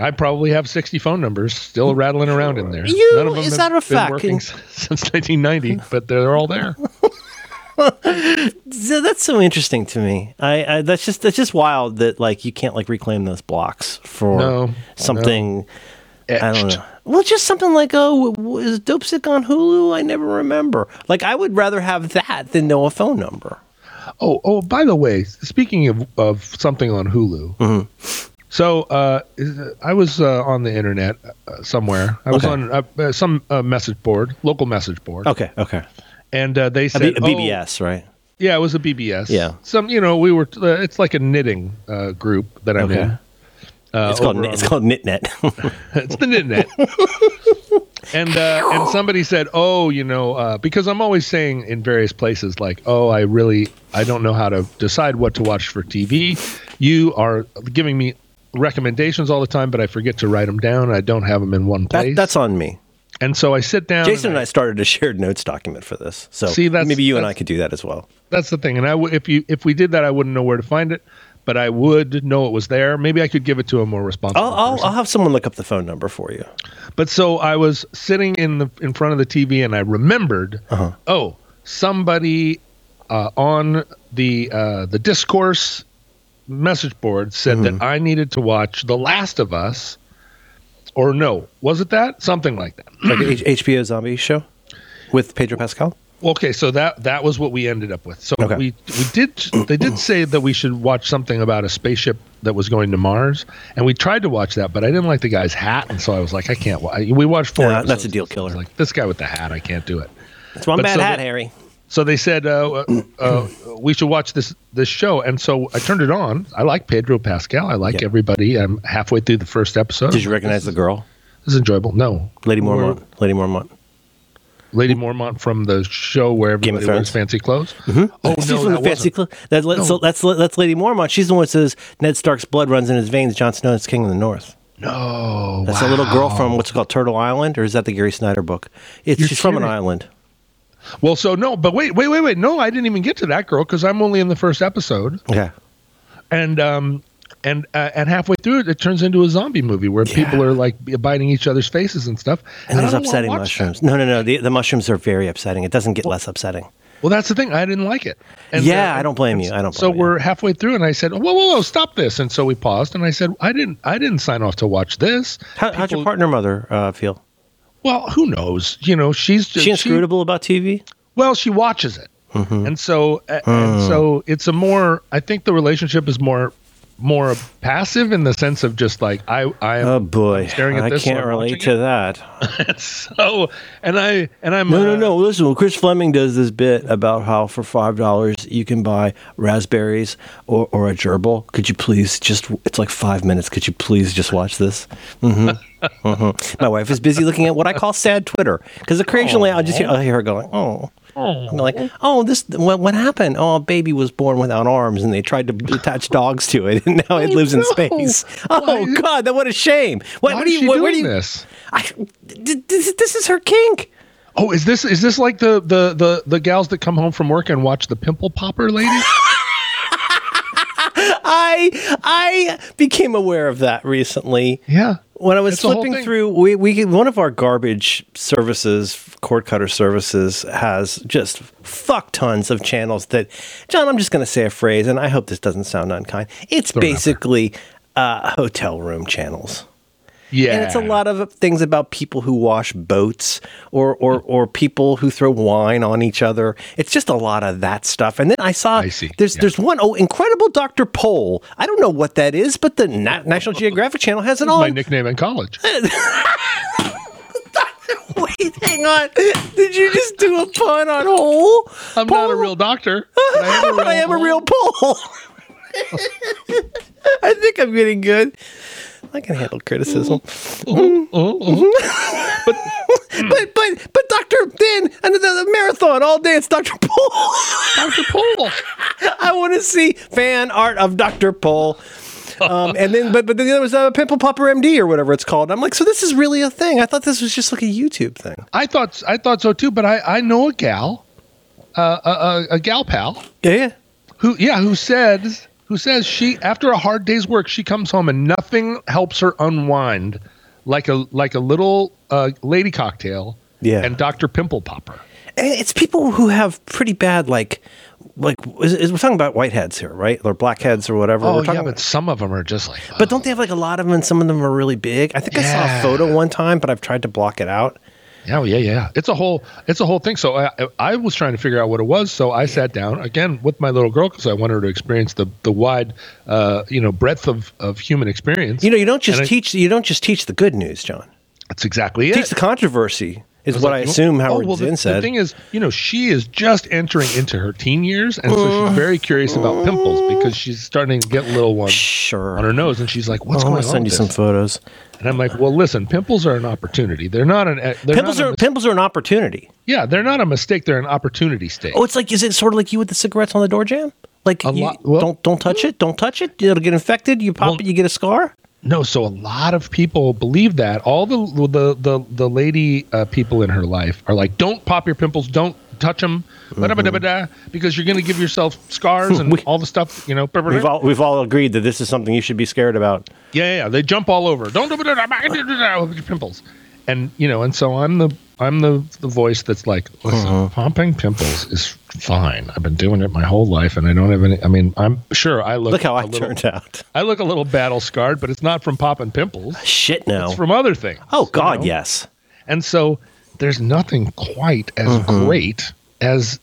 Speaker 1: I probably have 60 phone numbers still rattling around in there.
Speaker 2: You-
Speaker 1: None of them
Speaker 2: is
Speaker 1: have
Speaker 2: that a
Speaker 1: been
Speaker 2: fact?
Speaker 1: working
Speaker 2: Can-
Speaker 1: s- since 1990, but they're all there.
Speaker 2: so that's so interesting to me. I, I that's just that's just wild that like you can't like reclaim those blocks for
Speaker 1: No,
Speaker 2: something. I don't
Speaker 1: Etched.
Speaker 2: know. Well, just something like oh, w- w- is Dope Sick on Hulu? I never remember. Like I would rather have that than know a phone number.
Speaker 1: Oh, oh, by the way, speaking of, of something on Hulu.
Speaker 2: Mm-hmm.
Speaker 1: So uh, is- I was uh, on the internet uh, somewhere. I was
Speaker 2: Okay.
Speaker 1: on uh, uh, some uh, message board, local message board,
Speaker 2: Okay, okay.
Speaker 1: and uh, they
Speaker 2: A,
Speaker 1: said
Speaker 2: B- a
Speaker 1: "Oh,
Speaker 2: BBS, right?
Speaker 1: yeah, it was a BBS.
Speaker 2: Yeah.
Speaker 1: some you know we were. Uh, it's like a knitting uh, group that I'm
Speaker 2: Okay.
Speaker 1: in. Uh,
Speaker 2: It's called
Speaker 1: over
Speaker 2: Knit- it's
Speaker 1: on-
Speaker 2: called KnitNet.
Speaker 1: it's the internet. and uh, and somebody said, "Oh, you know, uh, because I'm always saying in various places like, "Oh, I really I don't know how to decide what to watch for TV. You are giving me recommendations all the time, but I forget to write them down. I don't have them in one place."
Speaker 2: that, that's on me.
Speaker 1: and so I sit down
Speaker 2: Jason and
Speaker 1: and
Speaker 2: I started a shared notes document for this, so
Speaker 1: See, that's-
Speaker 2: maybe you and I
Speaker 1: that's-
Speaker 2: could do that as well.
Speaker 1: that's the thing. And I w- if you if we did that, I wouldn't know where to find it, but I would know it was there. Maybe I could give it to a more responsible
Speaker 2: I'll, I'll,
Speaker 1: person.
Speaker 2: I'll have someone look up the phone number for you.
Speaker 1: But so I was sitting in the in front of the TV and I remembered,
Speaker 2: Uh-huh.
Speaker 1: oh, somebody uh, on the uh, the discourse message board said
Speaker 2: Mm-hmm.
Speaker 1: that I needed to watch The Last of Us, or no, was it that something like that?
Speaker 2: like a H- HBO zombie show with Pedro Pascal.
Speaker 1: Okay, so that that was what we ended up with. So
Speaker 2: Okay.
Speaker 1: we we did they did say that we should watch something about a spaceship that was going to Mars, and we tried to watch that, but I didn't like the guy's hat, and so I was like, I can't. Wa-. We watched four.
Speaker 2: Yeah, that's
Speaker 1: episodes.
Speaker 2: a deal
Speaker 1: I was
Speaker 2: killer.
Speaker 1: Like this guy with the hat, I can't do it.
Speaker 2: It's one
Speaker 1: But
Speaker 2: bad
Speaker 1: so
Speaker 2: hat,
Speaker 1: the-
Speaker 2: Harry.
Speaker 1: So they said uh, uh, uh, we should watch this this show, and so I turned it on. I like Pedro Pascal. I like
Speaker 2: Yeah.
Speaker 1: everybody. I'm halfway through the first episode.
Speaker 2: Did you recognize the girl,
Speaker 1: This is enjoyable. No,
Speaker 2: Lady Mormont? Lady Mormont.
Speaker 1: Lady Mormont from the show where
Speaker 2: Game of
Speaker 1: everybody wears
Speaker 2: Thrones. Mm-hmm.
Speaker 1: fancy clothes. Oh
Speaker 2: She's
Speaker 1: no,
Speaker 2: from
Speaker 1: that
Speaker 2: the fancy
Speaker 1: wasn't.
Speaker 2: club. That, so that's that's Lady Mormont. She's the one that says Ned Stark's blood runs in his veins. Jon Snow is king of the North.
Speaker 1: no.
Speaker 2: That's a little girl from what's it called Turtle Island, or is that the Gary Snyder book? It's
Speaker 1: You're
Speaker 2: she's from an
Speaker 1: kidding.
Speaker 2: island.
Speaker 1: Well, so no, but wait, wait, wait, wait. No, I didn't even get to that girl because I'm only in the first episode,
Speaker 2: Yeah.
Speaker 1: and um, and uh, and halfway through it, it turns into a zombie movie where people are like biting each other's faces and stuff.
Speaker 2: And
Speaker 1: I
Speaker 2: there's
Speaker 1: don't wanna
Speaker 2: upsetting
Speaker 1: watch that.
Speaker 2: mushrooms. No, no, no. The, the mushrooms are very upsetting. It doesn't get less upsetting.
Speaker 1: Well, that's the thing. I didn't like it. uh,
Speaker 2: Yeah, I don't blame you. I don't
Speaker 1: So
Speaker 2: blame you.
Speaker 1: we're halfway through, and I said, "Whoa, whoa, whoa! Stop this!" And so we paused, and I said, "I didn't, I didn't sign off to watch this."
Speaker 2: How, how'd your
Speaker 1: People-
Speaker 2: partner mother uh, feel?
Speaker 1: Well, who knows? You know, she's just,
Speaker 2: She inscrutable about TV?
Speaker 1: well, she watches it,
Speaker 2: Mm-hmm.
Speaker 1: and so a- and
Speaker 2: Hmm.
Speaker 1: so it's a more. I think the relationship is more more passive in the sense of just like I I
Speaker 2: Oh
Speaker 1: am
Speaker 2: boy,
Speaker 1: staring at
Speaker 2: I
Speaker 1: this
Speaker 2: can't
Speaker 1: while I'm
Speaker 2: relate
Speaker 1: watching
Speaker 2: to that.
Speaker 1: so and I and I'm
Speaker 2: No, no,
Speaker 1: uh,
Speaker 2: no. Listen, well, Chris Fleming does this bit about how for five dollars you can buy raspberries or, or a gerbil. Could you please just? It's like five minutes. Could you please just watch this? hmm hmm My wife is busy looking at what I call sad Twitter because occasionally I'll just hear, I'll hear her going, oh. And they're like, oh, this what, what happened? Oh, a baby was born without arms, and they tried to attach dogs to it, and now it lives in
Speaker 1: no.
Speaker 2: space. Oh
Speaker 1: Why-
Speaker 2: God, that what a shame!
Speaker 1: Why
Speaker 2: What, what
Speaker 1: what
Speaker 2: do
Speaker 1: is
Speaker 2: you?
Speaker 1: she
Speaker 2: what,
Speaker 1: doing
Speaker 2: what do you?
Speaker 1: this?
Speaker 2: I, th- this, this is her kink.
Speaker 1: Oh, is this is this like the the the the gals that come home from work and watch the pimple popper lady?
Speaker 2: I I became aware of that recently.
Speaker 1: yeah.
Speaker 2: When I was
Speaker 1: It's the whole
Speaker 2: flipping
Speaker 1: thing.
Speaker 2: through, we, we one of our garbage services, cord cutter services, has just fuck tons of channels that, John. I'm just going to say a phrase, and I hope this doesn't sound unkind. It's
Speaker 1: it out there.
Speaker 2: basically uh, hotel room channels.
Speaker 1: Yeah.
Speaker 2: And it's a lot of things about people who wash boats or, or, or people who throw wine on each other. It's just a lot of that stuff. And then I saw
Speaker 1: I see,
Speaker 2: there's
Speaker 1: yeah.
Speaker 2: there's one oh incredible Dr. Pole. I don't know what that is, but the Na- National Geographic Channel has it
Speaker 1: my
Speaker 2: on.
Speaker 1: nickname in college.
Speaker 2: Wait, hang on. Did you just do a pun on hole?
Speaker 1: I'm not a real doctor. but I am a
Speaker 2: but I am a
Speaker 1: pole.
Speaker 2: real pole. I think I'm getting good. I can handle criticism.
Speaker 1: Oh,
Speaker 2: Mm-hmm. but but but Doctor Then another marathon all day. It's Doctor Pole.
Speaker 1: Dr. Pole.
Speaker 2: I want to see fan art of Doctor Pole. Um, and then but but then there was a pimple popper MD or whatever it's called. I'm like, so this is really a thing. I thought this was just like a YouTube thing.
Speaker 1: I thought I thought so too, but I, I know a gal, uh, a, a, a gal pal
Speaker 2: Yeah, yeah.
Speaker 1: who yeah who says who says she after a hard day's work she comes home and nothing helps her unwind like a like a little uh, lady cocktail
Speaker 2: Yeah.
Speaker 1: and Dr. Pimple Popper.
Speaker 2: And it's people who have pretty bad like like is, is- we're talking about whiteheads here, right? Or blackheads or whatever.
Speaker 1: Oh
Speaker 2: we're talking
Speaker 1: yeah,
Speaker 2: about-
Speaker 1: but some of them are just like. oh.
Speaker 2: but don't they have like a lot of them and some of them are really big? I think I saw a
Speaker 1: Yeah.
Speaker 2: photo one time, but I've tried to block it out.
Speaker 1: Yeah, yeah, yeah. It's a whole, it's a whole thing. So I, I was trying to figure out what it was. So I sat down again with my little girl because I wanted her to experience the the wide, uh, you know, breadth of of human experience.
Speaker 2: You know, you don't just
Speaker 1: And I-
Speaker 2: teach you don't just teach the good news, John.
Speaker 1: That's exactly
Speaker 2: Teach
Speaker 1: it.
Speaker 2: the controversy is what I
Speaker 1: like, "Oh,
Speaker 2: assume Howard
Speaker 1: well, the,
Speaker 2: Zinn
Speaker 1: the
Speaker 2: said.
Speaker 1: thing is, you know, she is just entering into her teen years, and so she's very curious about pimples because she's starting to get little ones
Speaker 2: sure.
Speaker 1: on her nose, and she's like, "What's
Speaker 2: I'm
Speaker 1: going
Speaker 2: gonna
Speaker 1: on?"
Speaker 2: Oh, send you
Speaker 1: with
Speaker 2: some
Speaker 1: this?"
Speaker 2: photos.
Speaker 1: And I'm like, "Well, listen, pimples are an opportunity. They're not an they're
Speaker 2: Pimples
Speaker 1: not a
Speaker 2: are
Speaker 1: mis-
Speaker 2: pimples are an opportunity.
Speaker 1: yeah, they're not a mistake. They're an opportunity state.
Speaker 2: Oh, it's like is it sort of like you with the cigarettes on the door jam? Like
Speaker 1: A
Speaker 2: you-
Speaker 1: lot- well-
Speaker 2: don't don't touch it, don't touch it. It'll get infected. You pop
Speaker 1: Well-
Speaker 2: it, you get a scar.
Speaker 1: No, so a lot of people believe that. All the the the, the lady uh, people in her life are like, "Don't pop your pimples, don't touch them, because you're going to give yourself scars and
Speaker 2: We-
Speaker 1: all the stuff." You know,
Speaker 2: We've all we've all agreed that this is something you should be scared about.
Speaker 1: yeah, yeah, yeah, they jump all over. Don't with your pimples, and you know, and so I'm the I'm the the voice that's like, listen,
Speaker 2: Uh-huh.
Speaker 1: popping pimples is fine. I've been doing it my whole life, and I don't have any. I mean, I'm sure I look
Speaker 2: Look how
Speaker 1: a
Speaker 2: I
Speaker 1: little-
Speaker 2: turned out.
Speaker 1: I look a little battle scarred, but it's not from popping pimples.
Speaker 2: Shit, no.
Speaker 1: It's from other things.
Speaker 2: oh
Speaker 1: you
Speaker 2: God,
Speaker 1: know?
Speaker 2: yes.
Speaker 1: And so there's nothing quite as
Speaker 2: Mm-hmm.
Speaker 1: great as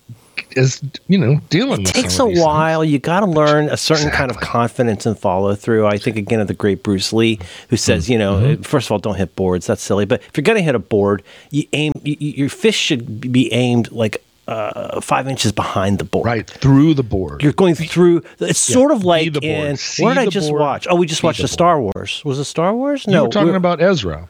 Speaker 1: as you know dealing with
Speaker 2: takes a
Speaker 1: some of these
Speaker 2: while. You got to learn a certain kind of
Speaker 1: Exactly.
Speaker 2: confidence and follow through. I think again of the great Bruce Lee, who
Speaker 1: Mm-hmm.
Speaker 2: says, you know, uh, first of all, don't hit boards. That's silly. But if you're going to hit a board, you aim. You, you- your fish should be aimed like uh, five inches behind the board.
Speaker 1: things. right through the board.
Speaker 2: You're going through. It's sort of like
Speaker 1: the board.
Speaker 2: in
Speaker 1: See
Speaker 2: what did I
Speaker 1: the
Speaker 2: just
Speaker 1: board.
Speaker 2: watch? Oh, we just
Speaker 1: Be
Speaker 2: watched
Speaker 1: the
Speaker 2: the Star Wars. Was it Star Wars? No,
Speaker 1: you were talking
Speaker 2: we're-
Speaker 1: about Ezra.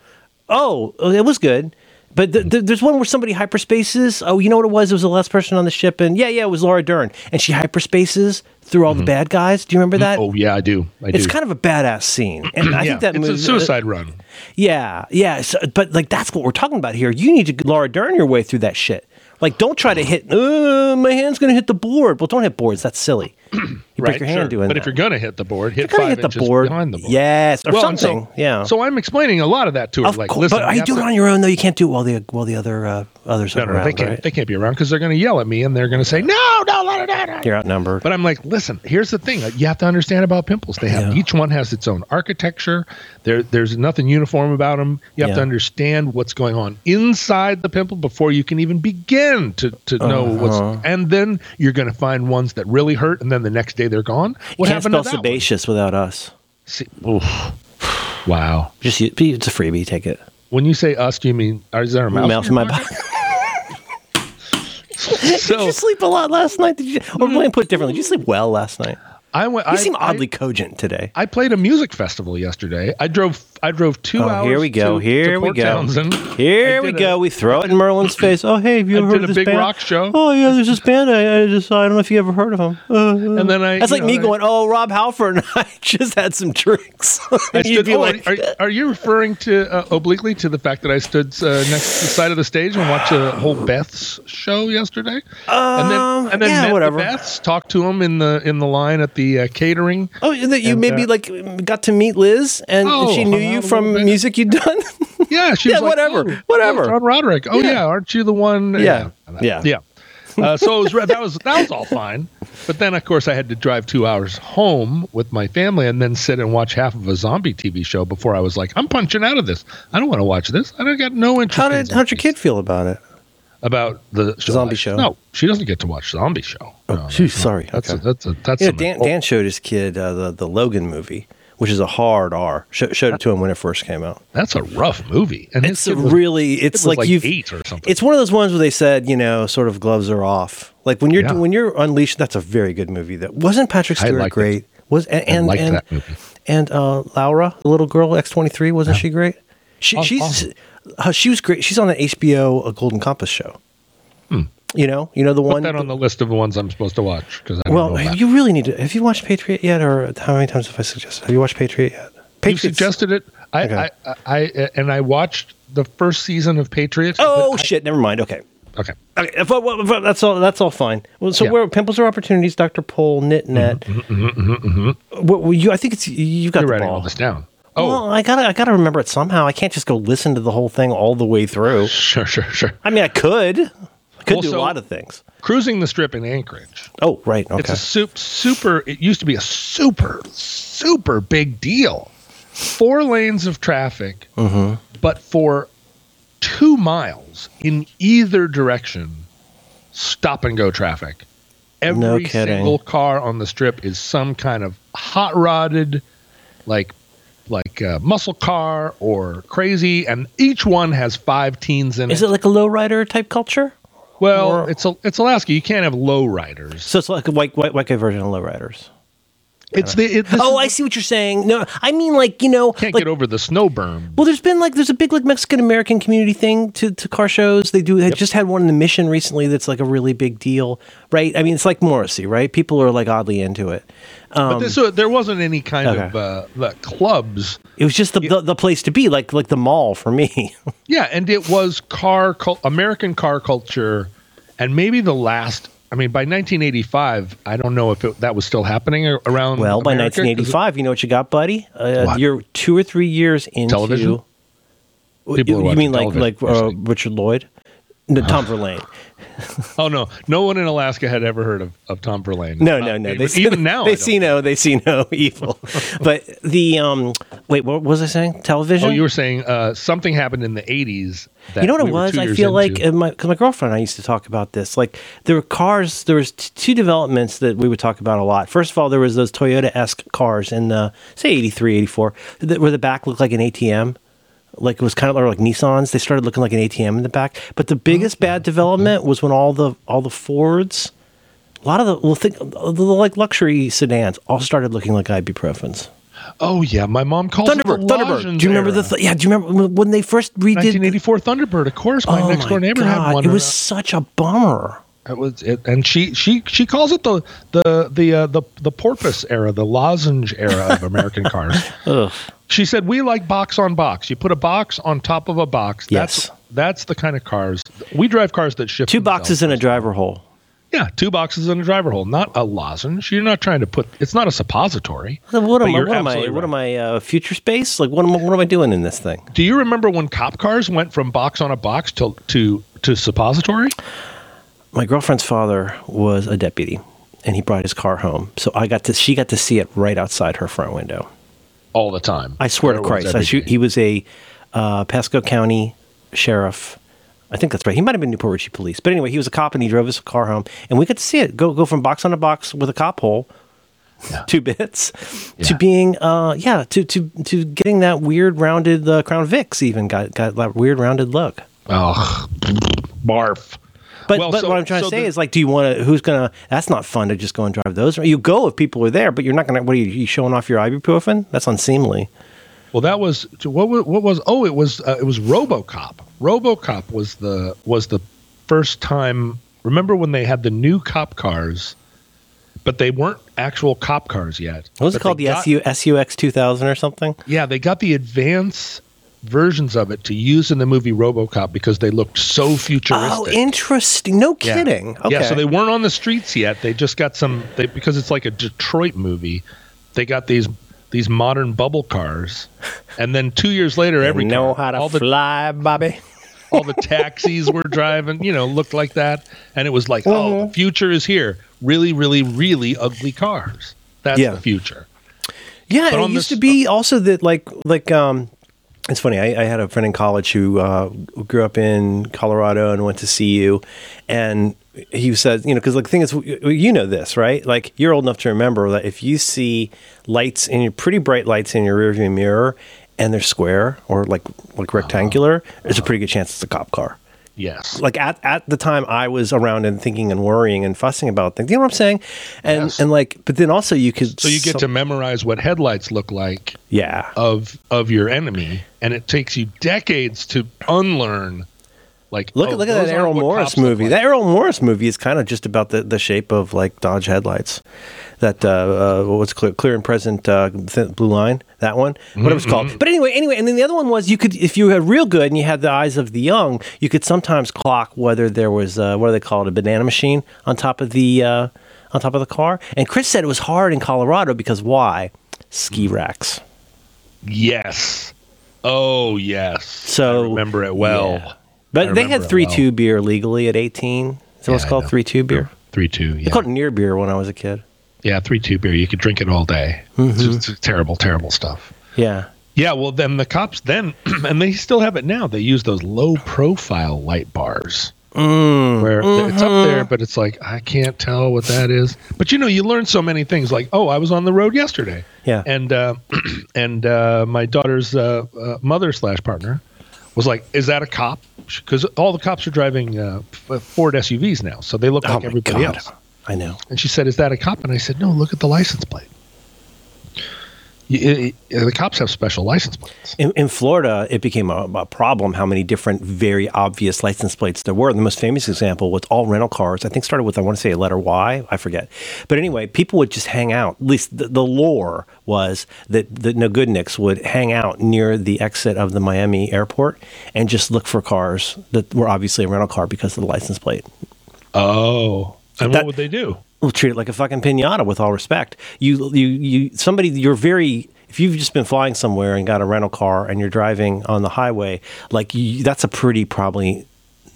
Speaker 2: Oh, it was good. But th- th- there's one where somebody hyperspaces. Oh, you know what it was? It was the last person on the ship, and yeah, yeah, it was Laura Dern, and she hyperspaces through all the bad guys. Do you remember that?
Speaker 1: Mm-hmm. Oh yeah, I do. I
Speaker 2: it's
Speaker 1: do.
Speaker 2: kind of a badass scene, and I
Speaker 1: yeah,
Speaker 2: think that
Speaker 1: it's
Speaker 2: movie. uh,
Speaker 1: a suicide run.
Speaker 2: yeah, yeah. So, but like that's what we're talking about here. You need to Laura Dern your way through that shit. Like, don't try to hit. Uh, my hand's gonna hit the board. Well, don't hit boards. That's silly. You break your hand
Speaker 1: sure.
Speaker 2: doing
Speaker 1: But
Speaker 2: that.
Speaker 1: if you're gonna hit the board, hit
Speaker 2: Gotta
Speaker 1: five
Speaker 2: hit the
Speaker 1: inches
Speaker 2: board.
Speaker 1: behind the board.
Speaker 2: Yes, or
Speaker 1: Well, and
Speaker 2: something.
Speaker 1: so,
Speaker 2: yeah.
Speaker 1: So I'm explaining a lot of that to her.
Speaker 2: Of
Speaker 1: like,
Speaker 2: course,
Speaker 1: listen,
Speaker 2: but
Speaker 1: you
Speaker 2: you
Speaker 1: have
Speaker 2: do
Speaker 1: to-
Speaker 2: it on your own though. You can't do it while the while the other uh, others
Speaker 1: No,
Speaker 2: are
Speaker 1: no,
Speaker 2: around.
Speaker 1: they can't.
Speaker 2: right?
Speaker 1: They can't be around because they're going to yell at me, and they're going to say, "No, no, no, no, no."
Speaker 2: You're outnumbered.
Speaker 1: But I'm like, listen, here's the thing. Like, you have to understand about pimples. They have
Speaker 2: Yeah.
Speaker 1: each one has its own architecture. There, there's nothing uniform about them. You have
Speaker 2: Yeah.
Speaker 1: to understand what's going on inside the pimple before you can even begin to to know
Speaker 2: Uh-huh.
Speaker 1: what's. And then you're going to find ones that really hurt, and then the next day they're gone. What
Speaker 2: you can't
Speaker 1: happened to that
Speaker 2: spell
Speaker 1: one?
Speaker 2: sebaceous without us.
Speaker 1: See, oof. Wow.
Speaker 2: Just you- it's a freebie. Take it.
Speaker 1: When you say us, do you mean is there a mouse?
Speaker 2: Mouse in
Speaker 1: your
Speaker 2: my
Speaker 1: pocket?
Speaker 2: body. did
Speaker 1: So
Speaker 2: you sleep a lot last night? Did you? Or let me put it differently. Did you sleep well last night?
Speaker 1: I went.
Speaker 2: You
Speaker 1: Mm-hmm. I,
Speaker 2: seem
Speaker 1: I-
Speaker 2: oddly cogent today.
Speaker 1: I played a music festival yesterday. I drove. I drove two
Speaker 2: Oh,
Speaker 1: hours.
Speaker 2: here we
Speaker 1: to-
Speaker 2: go. here
Speaker 1: to
Speaker 2: we
Speaker 1: Port
Speaker 2: go.
Speaker 1: Townsend.
Speaker 2: Here
Speaker 1: I
Speaker 2: we
Speaker 1: did
Speaker 2: go.
Speaker 1: a-
Speaker 2: we throw it in Merlin's face. Oh, hey, have you ever
Speaker 1: I
Speaker 2: heard
Speaker 1: did
Speaker 2: of
Speaker 1: a
Speaker 2: this
Speaker 1: big
Speaker 2: band?
Speaker 1: rock show.
Speaker 2: Oh yeah, there's this band. I, I just I don't know if you ever heard of them. Uh,
Speaker 1: And then I-
Speaker 2: That's
Speaker 1: you
Speaker 2: like
Speaker 1: know,
Speaker 2: me
Speaker 1: I-
Speaker 2: going. Oh, Rob Halford and I just had some drinks.
Speaker 1: I
Speaker 2: And you'd
Speaker 1: stood,
Speaker 2: be
Speaker 1: oh,
Speaker 2: like,
Speaker 1: are, are you referring to uh, obliquely to the fact that I stood uh, next to the side of the stage and watched a whole Beth's show yesterday? and
Speaker 2: Um,
Speaker 1: then, and then
Speaker 2: yeah,
Speaker 1: met the
Speaker 2: whatever.
Speaker 1: Beths, talked to them in the in the line at the uh, catering.
Speaker 2: Oh, that you
Speaker 1: And,
Speaker 2: maybe
Speaker 1: uh,
Speaker 2: like got to meet Liz, and
Speaker 1: Oh,
Speaker 2: she knew
Speaker 1: hung
Speaker 2: you
Speaker 1: out a
Speaker 2: from
Speaker 1: little bit.
Speaker 2: music you'd done.
Speaker 1: Yeah, she
Speaker 2: Yeah,
Speaker 1: was like,
Speaker 2: whatever,
Speaker 1: "Oh,
Speaker 2: whatever."
Speaker 1: John Roderick. Oh yeah. aren't you the one?
Speaker 2: Yeah.
Speaker 1: yeah,
Speaker 2: Yeah.
Speaker 1: yeah. Uh, so it was re- that was that was all fine, but then of course I had to drive two hours home with my family and then sit and watch half of a zombie TV show before I was like, I'm punching out of this. I don't want to watch this. I don't got no interest.
Speaker 2: How
Speaker 1: in
Speaker 2: did how'd your
Speaker 1: zombies."
Speaker 2: kid feel about it?
Speaker 1: about the show.
Speaker 2: Zombie show.
Speaker 1: No, she doesn't get to watch zombie show. No,
Speaker 2: shoot, sorry.
Speaker 1: That's
Speaker 2: Okay.
Speaker 1: a, that's a, that's
Speaker 2: Yeah,
Speaker 1: a- oh,
Speaker 2: Dan, Dan showed his kid uh, the the Logan movie, which is a hard R. Show, showed it to him when it first came out.
Speaker 1: that's a rough movie, and
Speaker 2: It's
Speaker 1: his
Speaker 2: a
Speaker 1: kid was-
Speaker 2: really
Speaker 1: kid
Speaker 2: it's
Speaker 1: was
Speaker 2: like, you've
Speaker 1: eight or something.
Speaker 2: it's one of those ones where they said you know sort of gloves are off. Like when you're
Speaker 1: Yeah.
Speaker 2: when you're unleashed, that's a very good movie. That wasn't Patrick
Speaker 1: I
Speaker 2: Stewart
Speaker 1: liked it.
Speaker 2: great. Was and and
Speaker 1: liked
Speaker 2: and,
Speaker 1: that movie.
Speaker 2: and uh, Laura, the little girl X twenty three, wasn't she great? She
Speaker 1: Aw-
Speaker 2: she's
Speaker 1: awesome.
Speaker 2: uh, she was great. She's on the HBO uh, Golden Compass show. You know, you know the
Speaker 1: Hmm. Put
Speaker 2: one.
Speaker 1: that on the list of the ones I'm supposed to watch because I don't
Speaker 2: well,
Speaker 1: know. About.
Speaker 2: you really need to. Have you watched Patriot yet, or how many times have I suggested? Have you watched Patriot yet?
Speaker 1: You
Speaker 2: Patriot
Speaker 1: suggested it. I,
Speaker 2: Okay.
Speaker 1: I, I, I and I watched the first season of Patriot.
Speaker 2: Oh shit! Never mind. Okay.
Speaker 1: okay.
Speaker 2: Okay, if- well, well, well, that's all. That's all fine. Well, so
Speaker 1: Yeah. Mm-hmm,
Speaker 2: where pimples are opportunities, Doctor Pole, knit net. What- well, you, I think it's you've got
Speaker 1: You're
Speaker 2: the
Speaker 1: writing all
Speaker 2: ball.
Speaker 1: this down. Oh,
Speaker 2: Well, I gotta, I gotta remember it somehow. I can't just go listen to the whole thing all the way through.
Speaker 1: sure, sure, sure.
Speaker 2: I mean, I could. I Could do
Speaker 1: Also-
Speaker 2: a lot of things.
Speaker 1: Cruising the strip in Anchorage.
Speaker 2: Oh, right. Okay.
Speaker 1: It's a sup- super. It used to be a super, super big deal. Four lanes of traffic,
Speaker 2: Mm-hmm.
Speaker 1: but for two miles in either direction, stop and go traffic. Every
Speaker 2: No kidding.
Speaker 1: single car on the strip is some kind of hot rodded, like, like uh, muscle car or crazy, and each one has five teens in
Speaker 2: Is
Speaker 1: it.
Speaker 2: it like a lowrider type culture?
Speaker 1: well,
Speaker 2: or-
Speaker 1: it's a, it's Alaska. You can't have low riders.
Speaker 2: So it's like a white white white guy version of lowriders.
Speaker 1: It's the it, this
Speaker 2: Oh,
Speaker 1: is-
Speaker 2: I see what you're saying. No, I mean like you know,
Speaker 1: can't
Speaker 2: like
Speaker 1: get over the snow berm.
Speaker 2: Well, there's been like there's a big like Mexican American community thing to, to car shows. They do. They just had one in the Mission recently. That's like a really big deal, right? I mean, it's like Morrissey, right? People are like oddly into it.
Speaker 1: But this, so there wasn't any kind of
Speaker 2: Um, okay.
Speaker 1: uh, the clubs.
Speaker 2: It was just the, the the place to be, like like the mall for me.
Speaker 1: Yeah, and it was car cul- American car culture, and maybe the last. I mean, by 1985, I don't know if it, that was still happening ar- around.
Speaker 2: well, by
Speaker 1: America, 'cause
Speaker 2: 1985, you know what you got, buddy? Uh,
Speaker 1: What?
Speaker 2: You're two or three years into
Speaker 1: Television?
Speaker 2: You-
Speaker 1: People are
Speaker 2: you
Speaker 1: watching
Speaker 2: mean like
Speaker 1: television,
Speaker 2: like uh,
Speaker 1: mostly.
Speaker 2: Richard Lloyd, no, Tom Verlaine?
Speaker 1: Oh no, no one in Alaska had ever heard of, of Tom Verlaine.
Speaker 2: No,
Speaker 1: Uh,
Speaker 2: no, no.
Speaker 1: but
Speaker 2: They see,
Speaker 1: even now I
Speaker 2: they
Speaker 1: don't.
Speaker 2: see no, they see no evil. but the um, wait, what was I saying? Television.
Speaker 1: Oh, you were saying uh, something happened in the 80s. That
Speaker 2: you know what
Speaker 1: we
Speaker 2: it
Speaker 1: were
Speaker 2: was?
Speaker 1: two
Speaker 2: I
Speaker 1: years
Speaker 2: feel like
Speaker 1: into.
Speaker 2: uh, my cause my girlfriend and I used to talk about this. Like there were cars. There was t- two developments that we would talk about a lot. First of all, there was those Toyota esque cars in the say 83, 84, that, where the back looked like an ATM. Like it was kind of or like Nissans. They started looking like an ATM in the back. But the biggest bad development was when all the all the Fords. A lot of the well, think the like luxury sedans all started looking like ibuprofens.
Speaker 1: oh yeah, my mom called
Speaker 2: Thunderbird, Thunderbird. Do you remember the? Th- yeah, do you remember when they first redid
Speaker 1: 1984 Thunderbird? Of course, my
Speaker 2: Oh
Speaker 1: next door
Speaker 2: my
Speaker 1: neighbor
Speaker 2: God,
Speaker 1: had one.
Speaker 2: It
Speaker 1: and
Speaker 2: was such a bummer.
Speaker 1: It was, it, and she she she calls it the the the uh, the the porpoise era, the lozenge era of American cars.
Speaker 2: Ugh.
Speaker 1: She said we like box on box. You put a box on top of a box. That's
Speaker 2: Yes.
Speaker 1: that's the kind of cars we drive. Cars that shift
Speaker 2: Two boxes in a driver hole.
Speaker 1: Yeah, two boxes in a driver hole, not a lozenge. You're not trying to put. It's not a suppository.
Speaker 2: What
Speaker 1: But
Speaker 2: am I?
Speaker 1: you're
Speaker 2: What am I?
Speaker 1: absolutely
Speaker 2: What
Speaker 1: right.
Speaker 2: am I? Uh, future space? Like what am? I, What am I doing in this thing?
Speaker 1: Do you remember when cop cars went from box on a box to to to suppository?
Speaker 2: My girlfriend's father was a deputy, and he brought his car home. So I got to. She got to see it right outside her front window.
Speaker 1: All the time.
Speaker 2: I swear to
Speaker 1: There was
Speaker 2: Christ, I
Speaker 1: every
Speaker 2: shoot,
Speaker 1: day.
Speaker 2: he was a uh, Pasco County sheriff. I think that's right. He might have been Newport Richey Police, but anyway, he was a cop and he drove his car home, and we got to see it go go from box on a box with a cop hole, two bits, to
Speaker 1: Yeah.
Speaker 2: being uh yeah to to to getting that weird rounded uh, Crown Vicks even got got that weird rounded look.
Speaker 1: Ugh, barf.
Speaker 2: But,
Speaker 1: Well,
Speaker 2: but
Speaker 1: so-
Speaker 2: what I'm trying
Speaker 1: so
Speaker 2: to say
Speaker 1: the-
Speaker 2: is like, do you want to? Who's gonna? That's not fun to just go and drive those. You go if people are there, but you're not gonna. What are you, you showing off your ibuprofen? That's unseemly.
Speaker 1: Well, that was what was what was oh it was uh, it was RoboCop. RoboCop was the was the first time. Remember when they had the new cop cars, but they weren't actual cop cars yet.
Speaker 2: What was it
Speaker 1: But
Speaker 2: called?
Speaker 1: they
Speaker 2: The
Speaker 1: got-
Speaker 2: SU, SUX 2000 or something?
Speaker 1: Yeah, they got the advance versions of it to use in the movie RoboCop because they looked so futuristic.
Speaker 2: Oh, interesting. No
Speaker 1: Yeah.
Speaker 2: kidding. Okay.
Speaker 1: Yeah, so they weren't on the streets yet. They just got some they, because it's like a Detroit movie. They got these these modern bubble cars, and then two years later, every
Speaker 2: know
Speaker 1: car,
Speaker 2: how to
Speaker 1: all the
Speaker 2: fly, Bobby.
Speaker 1: all the taxis were driving, you know, looked like that. And it was like,
Speaker 2: Uh-huh.
Speaker 1: oh, the future is here. Really, really, really ugly cars. That's
Speaker 2: Yeah.
Speaker 1: the future.
Speaker 2: Yeah,
Speaker 1: But
Speaker 2: it
Speaker 1: on
Speaker 2: used
Speaker 1: this-
Speaker 2: to be also that like like um it's funny. I, I had a friend in college who uh, grew up in Colorado and went to CU, and he said, you know, because like the thing is, w- w- you know this, right? Like you're old enough to remember that if you see lights in your pretty bright lights in your rearview mirror, and they're square or like like rectangular, there's a pretty good chance it's a cop car.
Speaker 1: Yes.
Speaker 2: like at, at the time I was around and thinking and worrying and fussing about things. You know what I'm saying? And
Speaker 1: Yes.
Speaker 2: and like, but then also you could
Speaker 1: So you get to memorize what headlights look like
Speaker 2: yeah.
Speaker 1: of of your enemy, and it takes you decades to unlearn. Like
Speaker 2: Look,
Speaker 1: oh,
Speaker 2: look at
Speaker 1: those
Speaker 2: that
Speaker 1: aren't
Speaker 2: Errol
Speaker 1: what
Speaker 2: Morris
Speaker 1: cops look
Speaker 2: movie.
Speaker 1: like.
Speaker 2: That Errol Morris movie is kind of just about the, the shape of like Dodge headlights. That uh, uh, what was clear, clear and present uh, thin, blue line. That one, what it
Speaker 1: Mm-hmm,
Speaker 2: was called. But anyway, anyway, and then the other one was you could if you had real good and you had the eyes of the young, you could sometimes clock whether there was uh, what do they call it, a banana machine on top of the uh, on top of the car. And Chris said it was hard in Colorado because why?
Speaker 1: Mm.
Speaker 2: Ski racks.
Speaker 1: Yes. Oh yes.
Speaker 2: So
Speaker 1: I remember it well.
Speaker 2: yeah.
Speaker 1: I
Speaker 2: But they had
Speaker 1: remember it
Speaker 2: three
Speaker 1: well.
Speaker 2: two beer legally at eighteen. Is that what's
Speaker 1: Yeah, I
Speaker 2: called
Speaker 1: know.
Speaker 2: three two beer?
Speaker 1: Three two.
Speaker 2: They
Speaker 1: Yeah.
Speaker 2: called it near beer when I was a kid.
Speaker 1: yeah. Three two beer. You could drink it all day. It's
Speaker 2: Mm-hmm.
Speaker 1: just terrible, terrible stuff.
Speaker 2: Yeah.
Speaker 1: Yeah, well, then the cops then, and they still have it now. They use those low-profile light bars
Speaker 2: Mm.
Speaker 1: where it's up
Speaker 2: Mm-hmm.
Speaker 1: there, but it's like I can't tell what that is. But you know, you learn so many things. Like, oh, I was on the road yesterday,
Speaker 2: Yeah.
Speaker 1: and uh, and uh, my daughter's uh, uh, mother slash partner was like, "Is that a cop?" Because all the cops are driving uh, F- Ford SUVs now, so they look
Speaker 2: oh
Speaker 1: like
Speaker 2: my
Speaker 1: everybody
Speaker 2: god.
Speaker 1: else.
Speaker 2: I know.
Speaker 1: And she said, "Is that a cop?" And I said, "No, look at the license plate." Y- y- the cops have special license plates.
Speaker 2: In, in Florida, it became a, a problem how many different, very obvious license plates there were. The most famous example was all rental cars. I think started with I want to say a letter Y. I forget, but anyway, people would just hang out. At least the, the lore was that the Nagudniks would hang out near the exit of the Miami airport and just look for cars that were obviously a rental car because of the license plate.
Speaker 1: Oh. and
Speaker 2: that-
Speaker 1: what would they do?
Speaker 2: Well, treat it like a fucking pinata. With all respect, you you you somebody you're very. If you've just been flying somewhere and got a rental car and you're driving on the highway, like you, that's a pretty probably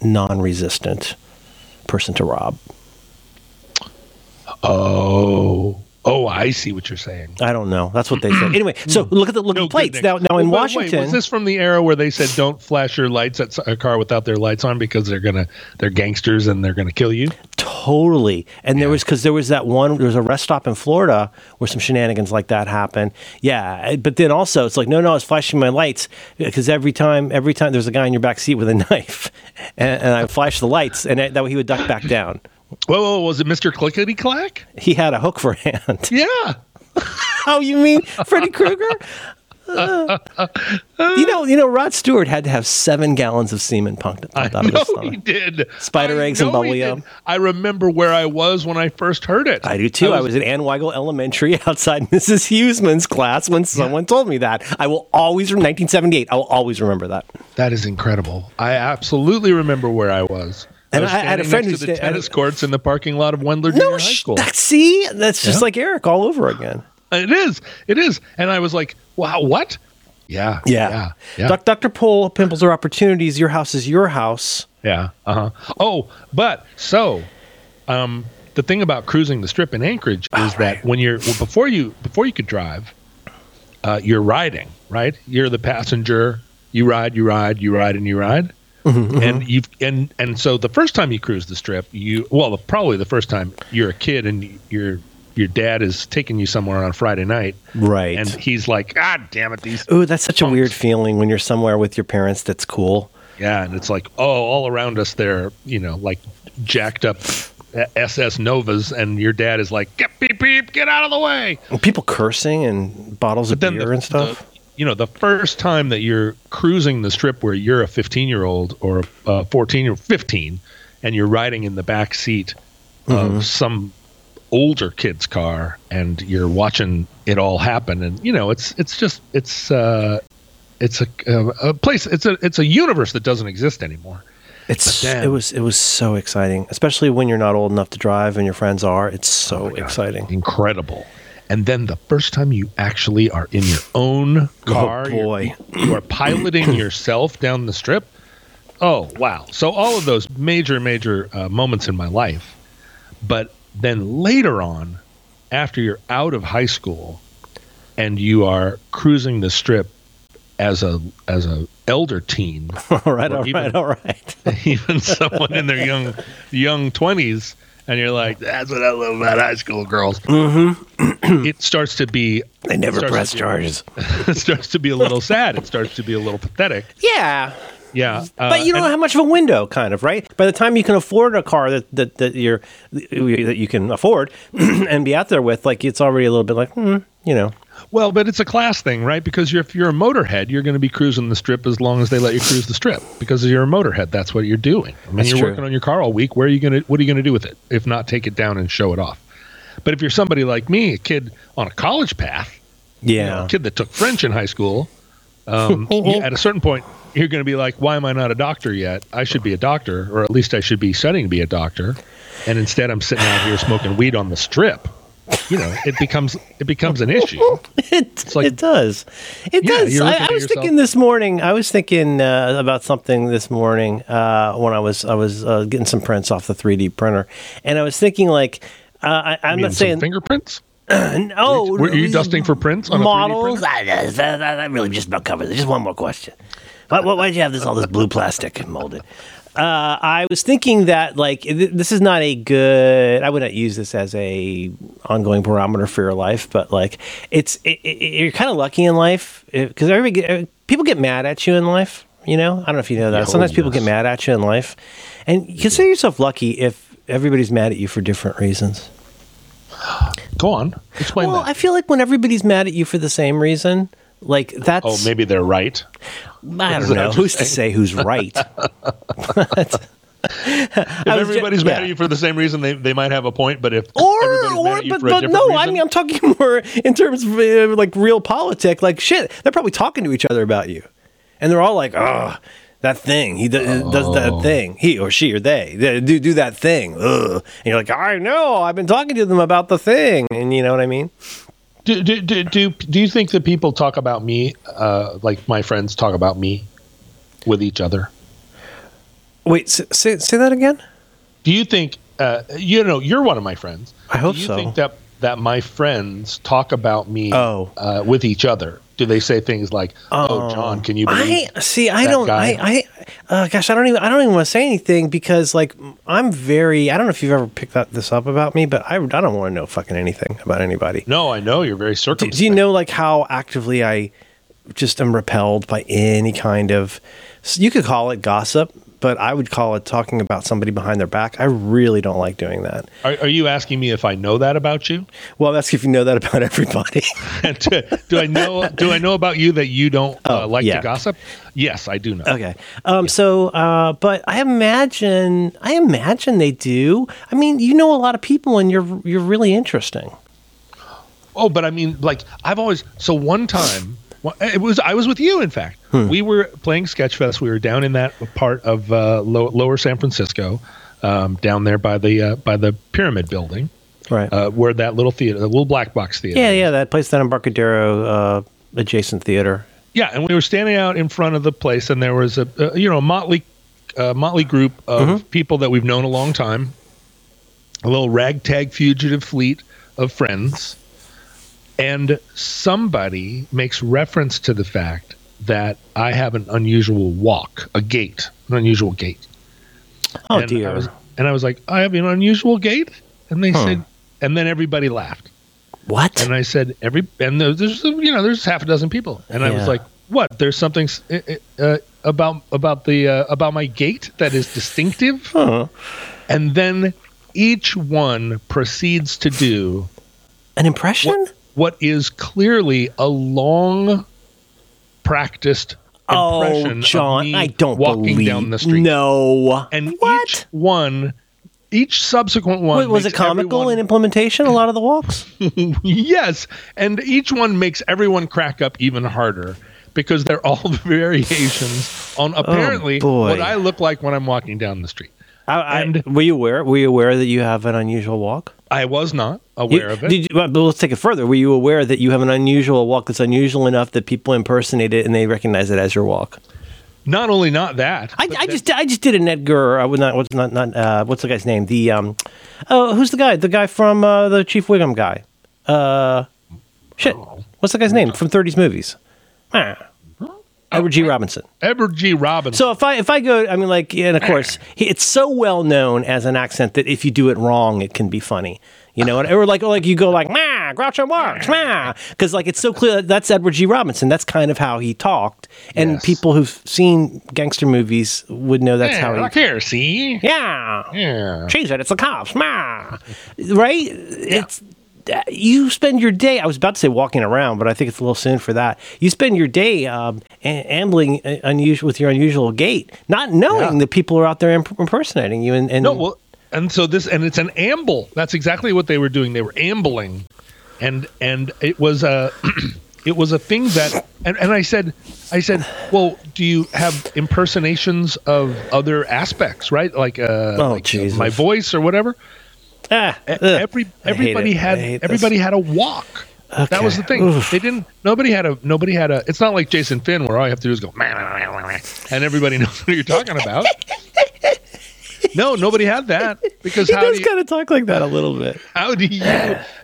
Speaker 2: non-resistant person to rob.
Speaker 1: Oh. Oh, I see what you're saying.
Speaker 2: I don't know. That's what they say. Anyway, so look at the look at the plates
Speaker 1: good, Nick.
Speaker 2: now. Now in
Speaker 1: Well, by the way,
Speaker 2: Washington,
Speaker 1: was this from the era where they said don't flash your lights at a car without their lights on because they're gonna they're gangsters and they're gonna kill you?
Speaker 2: Totally. And there was because there was that one. There was a rest stop in Florida where some shenanigans like that happened. Yeah, eh, but then also it's like no, no, I was flashing my lights because every time, every time there's a guy in your back seat with a knife, and, and I flashed the lights, and that that way he would duck back down.
Speaker 1: Whoa, whoa, was it Mr. Clickety Clack?
Speaker 2: He had a hook for a hand.
Speaker 1: Yeah.
Speaker 2: oh, you mean Freddy Krueger? Uh, you know, you know, Rod Stewart had to have seven gallons of semen pumped, pumped out of his
Speaker 1: No,
Speaker 2: stomach.
Speaker 1: he did.
Speaker 2: Spider
Speaker 1: I
Speaker 2: eggs and
Speaker 1: know he
Speaker 2: bubblegum.
Speaker 1: did. I remember where I was when I first heard it.
Speaker 2: I do too. I was, at Ann Weigel Elementary outside Mrs. Huseman's class when someone told me that. I will always, from 1978, I will always remember that.
Speaker 1: That is incredible. I absolutely remember where I was.
Speaker 2: And
Speaker 1: was
Speaker 2: I- I had a
Speaker 1: standing
Speaker 2: friend
Speaker 1: next to
Speaker 2: who
Speaker 1: the
Speaker 2: sta- I had-
Speaker 1: tennis courts in the parking lot of Wendler Junior
Speaker 2: No,
Speaker 1: High
Speaker 2: sh-
Speaker 1: School.
Speaker 2: that- see, that's just
Speaker 1: Yeah.
Speaker 2: like Eric all over again.
Speaker 1: It is. It is. And I was like, wow, what? Yeah. Yeah. Yeah.
Speaker 2: Doc- Dr. Pohl, pimples are opportunities. Your house is your house.
Speaker 1: yeah. Uh huh. Oh, but so, um, the thing about cruising the strip in Anchorage is that when you're well, before you before you could drive, uh, you're riding, right? You're the passenger. You ride, you ride, you ride, and you ride. And you've and and so the first time you cruise the strip, you well probably the first time you're a kid and your your dad is taking you somewhere on a Friday night,
Speaker 2: Right.
Speaker 1: and he's like, God damn it, these
Speaker 2: Ooh, that's such a weird feeling when you're somewhere with your parents that's cool.
Speaker 1: Yeah, and it's like, oh, all around us they're, you know, like jacked up SS Novas, and your dad is like, get beep beep, get out of the way.
Speaker 2: And people cursing and bottles of
Speaker 1: Then
Speaker 2: beer
Speaker 1: the-
Speaker 2: and stuff.
Speaker 1: the- you know, the first time that you're cruising the strip where you're a 15 year old or a 14 or 15, and you're riding in the back seat
Speaker 2: Mm-hmm.
Speaker 1: of some older kid's car, and you're watching it all happen, and you know, it's it's just it's uh, it's a, a place, it's a it's a universe that doesn't exist anymore.
Speaker 2: it's
Speaker 1: then-
Speaker 2: it was it was so exciting, especially when you're not old enough to drive and your friends are. It's
Speaker 1: Oh
Speaker 2: so exciting.
Speaker 1: incredible. And then the first time you actually are in your own car, you're-
Speaker 2: boy.
Speaker 1: you are piloting yourself down the strip. Oh, wow. So, all of those major, major uh, moments in my life. But then later on, after you're out of high school and you are cruising the strip as a as a elder teen
Speaker 2: All right,
Speaker 1: Or
Speaker 2: all right,
Speaker 1: even-
Speaker 2: all right.
Speaker 1: even someone in their young young twenties, and you're like, "That's what I love about high school girls." it starts to be
Speaker 2: Mm-hmm. They never
Speaker 1: starts
Speaker 2: press
Speaker 1: to be-
Speaker 2: charges.
Speaker 1: it starts to be a little sad. It starts to be a little pathetic.
Speaker 2: Yeah,
Speaker 1: Yeah, uh,
Speaker 2: but you don't
Speaker 1: and-
Speaker 2: have much of a window, kind of, right? By the time you can afford a car that that, that you're that you can afford and be out there with, like it's already a little bit like, hmm, you know,
Speaker 1: well, but it's a class thing, right? Because you're, if you're a motorhead, you're going to be cruising the strip as long as they let you cruise the strip. Because you're a motorhead, that's what you're doing. I mean,
Speaker 2: That's
Speaker 1: you're
Speaker 2: true.
Speaker 1: working on your car all week. Where are you going to? What are you going to do with it? If not, take it down and show it off. But if you're somebody like me, a kid on a college path, you know,
Speaker 2: yeah, Oh,
Speaker 1: a kid that took French in high school, um, you- at a certain point, you're going to be like, why am I not a doctor yet? I should be a doctor, or at least I should be studying to be a doctor. And instead, I'm sitting out here smoking weed on the strip. you know, it becomes it becomes an issue.
Speaker 2: It,
Speaker 1: like-
Speaker 2: it does. It
Speaker 1: Yeah,
Speaker 2: does.
Speaker 1: you're
Speaker 2: I,
Speaker 1: looking
Speaker 2: I
Speaker 1: at
Speaker 2: was
Speaker 1: yourself.
Speaker 2: thinking this morning. I was thinking uh, about something this morning uh, when I was I was uh, getting some prints off the 3D printer, and I was thinking like uh, I, I'm
Speaker 1: I mean,
Speaker 2: not
Speaker 1: some
Speaker 2: saying
Speaker 1: fingerprints.
Speaker 2: oh
Speaker 1: Were you dusting for prints on
Speaker 2: models?
Speaker 1: a 3D
Speaker 2: I, I, I- I really just about covered it. Just one more question. Why, why, why'd you have this all this blue plastic molded? Uh, I was thinking that like th- this is not a good. I would not use this as a ongoing barometer for your life, but like it's it, it, you're kind of lucky in life because everybody get, uh, people get mad at you in life. You know, I don't know if you know that.
Speaker 1: Yeah,
Speaker 2: Sometimes
Speaker 1: oh,
Speaker 2: people
Speaker 1: yes.
Speaker 2: get mad at you in life, and consider yourself lucky if everybody's mad at you for different reasons.
Speaker 1: printer? Go on, explain
Speaker 2: Well, I
Speaker 1: that.
Speaker 2: feel like when everybody's mad at you for the same reason, like that's
Speaker 1: oh, maybe they're right.
Speaker 2: I
Speaker 1: Is that
Speaker 2: don't know
Speaker 1: what you're
Speaker 2: who's to say who's right. But-
Speaker 1: If
Speaker 2: I was ju-
Speaker 1: everybody's mad
Speaker 2: yeah.
Speaker 1: at you for the same reason, they, they might have a point. But if
Speaker 2: or
Speaker 1: everybody's mad
Speaker 2: or
Speaker 1: at you
Speaker 2: but,
Speaker 1: for a
Speaker 2: but
Speaker 1: different
Speaker 2: no, I
Speaker 1: reason-
Speaker 2: mean I'm talking more in terms of uh, like real politic. Like shit, they're probably talking to each other about you, and they're all like, "Oh, that thing he do- does
Speaker 1: Oh.
Speaker 2: that thing. He or she or they, they do do that thing." Ugh. And you're like, "I know. I've been talking to them about the thing," and you know what I mean.
Speaker 1: do, do, do, do, do you think that people talk about me uh, like my friends talk about me with each other?
Speaker 2: Wait, s- say say that again.
Speaker 1: Do you think uh, you know you're one of my friends?
Speaker 2: I hope
Speaker 1: do you
Speaker 2: so.
Speaker 1: Think that that my friends talk about me
Speaker 2: Oh.
Speaker 1: uh, with each other? Do they say things like, "Oh, John, can you believe?"
Speaker 2: I see. I
Speaker 1: that
Speaker 2: don't.
Speaker 1: guy?
Speaker 2: I. I uh, gosh, I don't even. I don't even want to say anything because, like, I'm very. I don't know if you've ever picked that, this up about me, but I. I don't want to know fucking anything about anybody.
Speaker 1: no, I know you're very
Speaker 2: Do,
Speaker 1: circumspect.
Speaker 2: do you know like how actively I just am repelled by any kind of? You could call it gossip, but I would call it talking about somebody behind their back. I really don't like doing that.
Speaker 1: Are, are you asking me if I know that about you?
Speaker 2: Well, that's if you know that about everybody.
Speaker 1: And do, do I know? Do I know about you that you don't uh, like
Speaker 2: Oh, yeah.
Speaker 1: to gossip? Yes, I do know.
Speaker 2: Okay. Um, So, uh, but I imagine, I imagine they do. I mean, you know a lot of people, and you're you're really interesting.
Speaker 1: Oh, but I mean, like I've always. So one time, well, it was I was with you. In fact, we were playing Sketchfest. We were down in that part of uh, low, Lower San Francisco, um, down there by the uh, by the Pyramid Building,
Speaker 2: Right.
Speaker 1: uh, where that little theater, the little black box theater.
Speaker 2: yeah, yeah. That place, that Embarcadero uh, adjacent theater.
Speaker 1: Yeah, and we were standing out in front of the place, and there was a, a you know a motley a motley group of
Speaker 2: Mm-hmm.
Speaker 1: people that we've known a long time, a little ragtag fugitive fleet of friends, and somebody makes reference to the fact that I have an unusual walk, a gait, an unusual gait.
Speaker 2: Oh
Speaker 1: and
Speaker 2: dear.
Speaker 1: I was, and I was like, I have an unusual gait, and they said, and then everybody laughed.
Speaker 2: what?
Speaker 1: And I said, every and there- there's you know there's half a dozen people, and I was
Speaker 2: Yeah.
Speaker 1: like, what? There's something s- i- i- uh, about about the uh, about my gait that is distinctive. And then each one proceeds to do
Speaker 2: An impression?
Speaker 1: what is clearly a long practiced impression
Speaker 2: Oh,
Speaker 1: of
Speaker 2: John,
Speaker 1: me
Speaker 2: I don't
Speaker 1: walking
Speaker 2: believe.
Speaker 1: down the street.
Speaker 2: No.
Speaker 1: And each
Speaker 2: what?
Speaker 1: one, each subsequent one
Speaker 2: Wait, was it
Speaker 1: makes
Speaker 2: comical
Speaker 1: everyone-
Speaker 2: in implementation? A lot of the walks.
Speaker 1: yes, and each one makes everyone crack up even harder because they're all variations on apparently
Speaker 2: Oh, boy.
Speaker 1: what I look like when I'm walking down the street.
Speaker 2: I, I,
Speaker 1: And-
Speaker 2: were you aware? Were you aware that you have an unusual walk?
Speaker 1: I was not
Speaker 2: You-
Speaker 1: aware of it.
Speaker 2: Did you, well, but let's take it further. Were you aware that you have an unusual walk that's unusual enough that people impersonate it and they recognize it as your walk?
Speaker 1: not only not that,
Speaker 2: I,
Speaker 1: but
Speaker 2: I
Speaker 1: that-
Speaker 2: just I just did an Edgar. I was not what's not not uh, what's the guy's name? The um, oh who's the guy? The guy from uh, the Chief Wiggum guy. Uh, shit. What's the guy's name from '30s movies? Ah. Edward G. Robinson.
Speaker 1: Edward G. Robinson.
Speaker 2: So if I if I go, I mean, like, and of course, he- it's so well known as an accent that if you do it wrong, it can be funny. You know, or like, or like you go like, "Mah, Groucho Marx, mah," because like it's so clear that that's Edward G. Robinson. That's kind of how he talked, and
Speaker 1: Yes.
Speaker 2: people who've seen gangster movies would know that's
Speaker 1: yeah,
Speaker 2: how he.
Speaker 1: look here, see,
Speaker 2: Yeah,
Speaker 1: yeah,
Speaker 2: cheese it. It's the cops, mah, right? It's uh, you spend your day. I was about to say walking around, but I think it's a little soon for that. You spend your day um, a- ambling uh, unusual with your unusual gait, not knowing
Speaker 1: Yeah.
Speaker 2: that people are out there imp- impersonating you. And, and
Speaker 1: no, well, and so this, and it's an amble. That's exactly what they were doing. They were ambling, and and it was a, it was a thing that, and, and I said, I said, well, do you have impersonations of other aspects, right? Like, uh,
Speaker 2: Oh,
Speaker 1: like, uh,
Speaker 2: Jesus.
Speaker 1: my voice or whatever.
Speaker 2: Ah,
Speaker 1: E-
Speaker 2: ugh.
Speaker 1: Every,
Speaker 2: I hate
Speaker 1: everybody
Speaker 2: it.
Speaker 1: had
Speaker 2: I hate this.
Speaker 1: everybody had a walk. That
Speaker 2: Okay.
Speaker 1: was the thing.
Speaker 2: Oof.
Speaker 1: They didn't. Nobody had a. Nobody had a. It's not like Jason Finn, where all you have to do is go, and everybody knows what you're talking about. No, nobody had that because
Speaker 2: He
Speaker 1: how do
Speaker 2: does
Speaker 1: you,
Speaker 2: kind of talk like that a little bit.
Speaker 1: how do you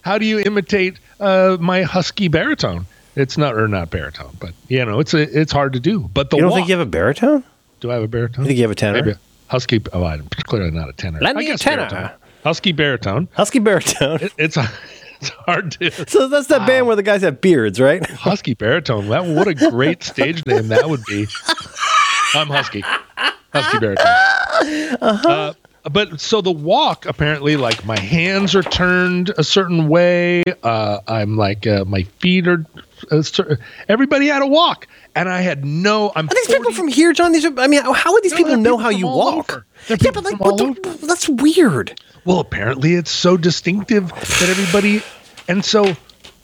Speaker 1: how do you imitate uh, my husky baritone? It's not or not baritone, but you know it's a, it's hard to do. But the
Speaker 2: You don't
Speaker 1: walk,
Speaker 2: think you have a baritone?
Speaker 1: do I have a baritone?
Speaker 2: You think you have a tenor?
Speaker 1: Maybe husky. Oh, I'm clearly not a tenor.
Speaker 2: Lend
Speaker 1: I
Speaker 2: me a
Speaker 1: guess
Speaker 2: tenor.
Speaker 1: baritone. Husky baritone.
Speaker 2: Husky baritone.
Speaker 1: It, it's it's hard to
Speaker 2: So that's that band where the guys have beards, right?
Speaker 1: husky baritone. That what a great stage name that would be. I'm husky. Husky baritone.
Speaker 2: Uh-huh.
Speaker 1: Uh, but so the walk apparently like my hands are turned a certain way. Uh, I'm like uh, my feet are. A cer- everybody had a walk, and I had no. I'm
Speaker 2: Are these
Speaker 1: 40
Speaker 2: people from here, John? These are, I mean, how would these
Speaker 1: No,
Speaker 2: people
Speaker 1: they're
Speaker 2: know
Speaker 1: people
Speaker 2: how
Speaker 1: from
Speaker 2: you
Speaker 1: all
Speaker 2: walk?
Speaker 1: over. They're
Speaker 2: Yeah,
Speaker 1: people
Speaker 2: but like,
Speaker 1: from
Speaker 2: what
Speaker 1: all
Speaker 2: the, that's weird.
Speaker 1: Well, apparently it's so distinctive that everybody, and so,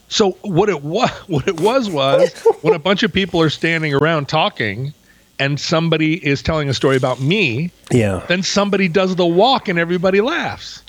Speaker 1: so what it was, what it was was when a bunch of people are standing around talking, and somebody is telling a story about me,
Speaker 2: Yeah.
Speaker 1: then somebody does the walk and everybody laughs,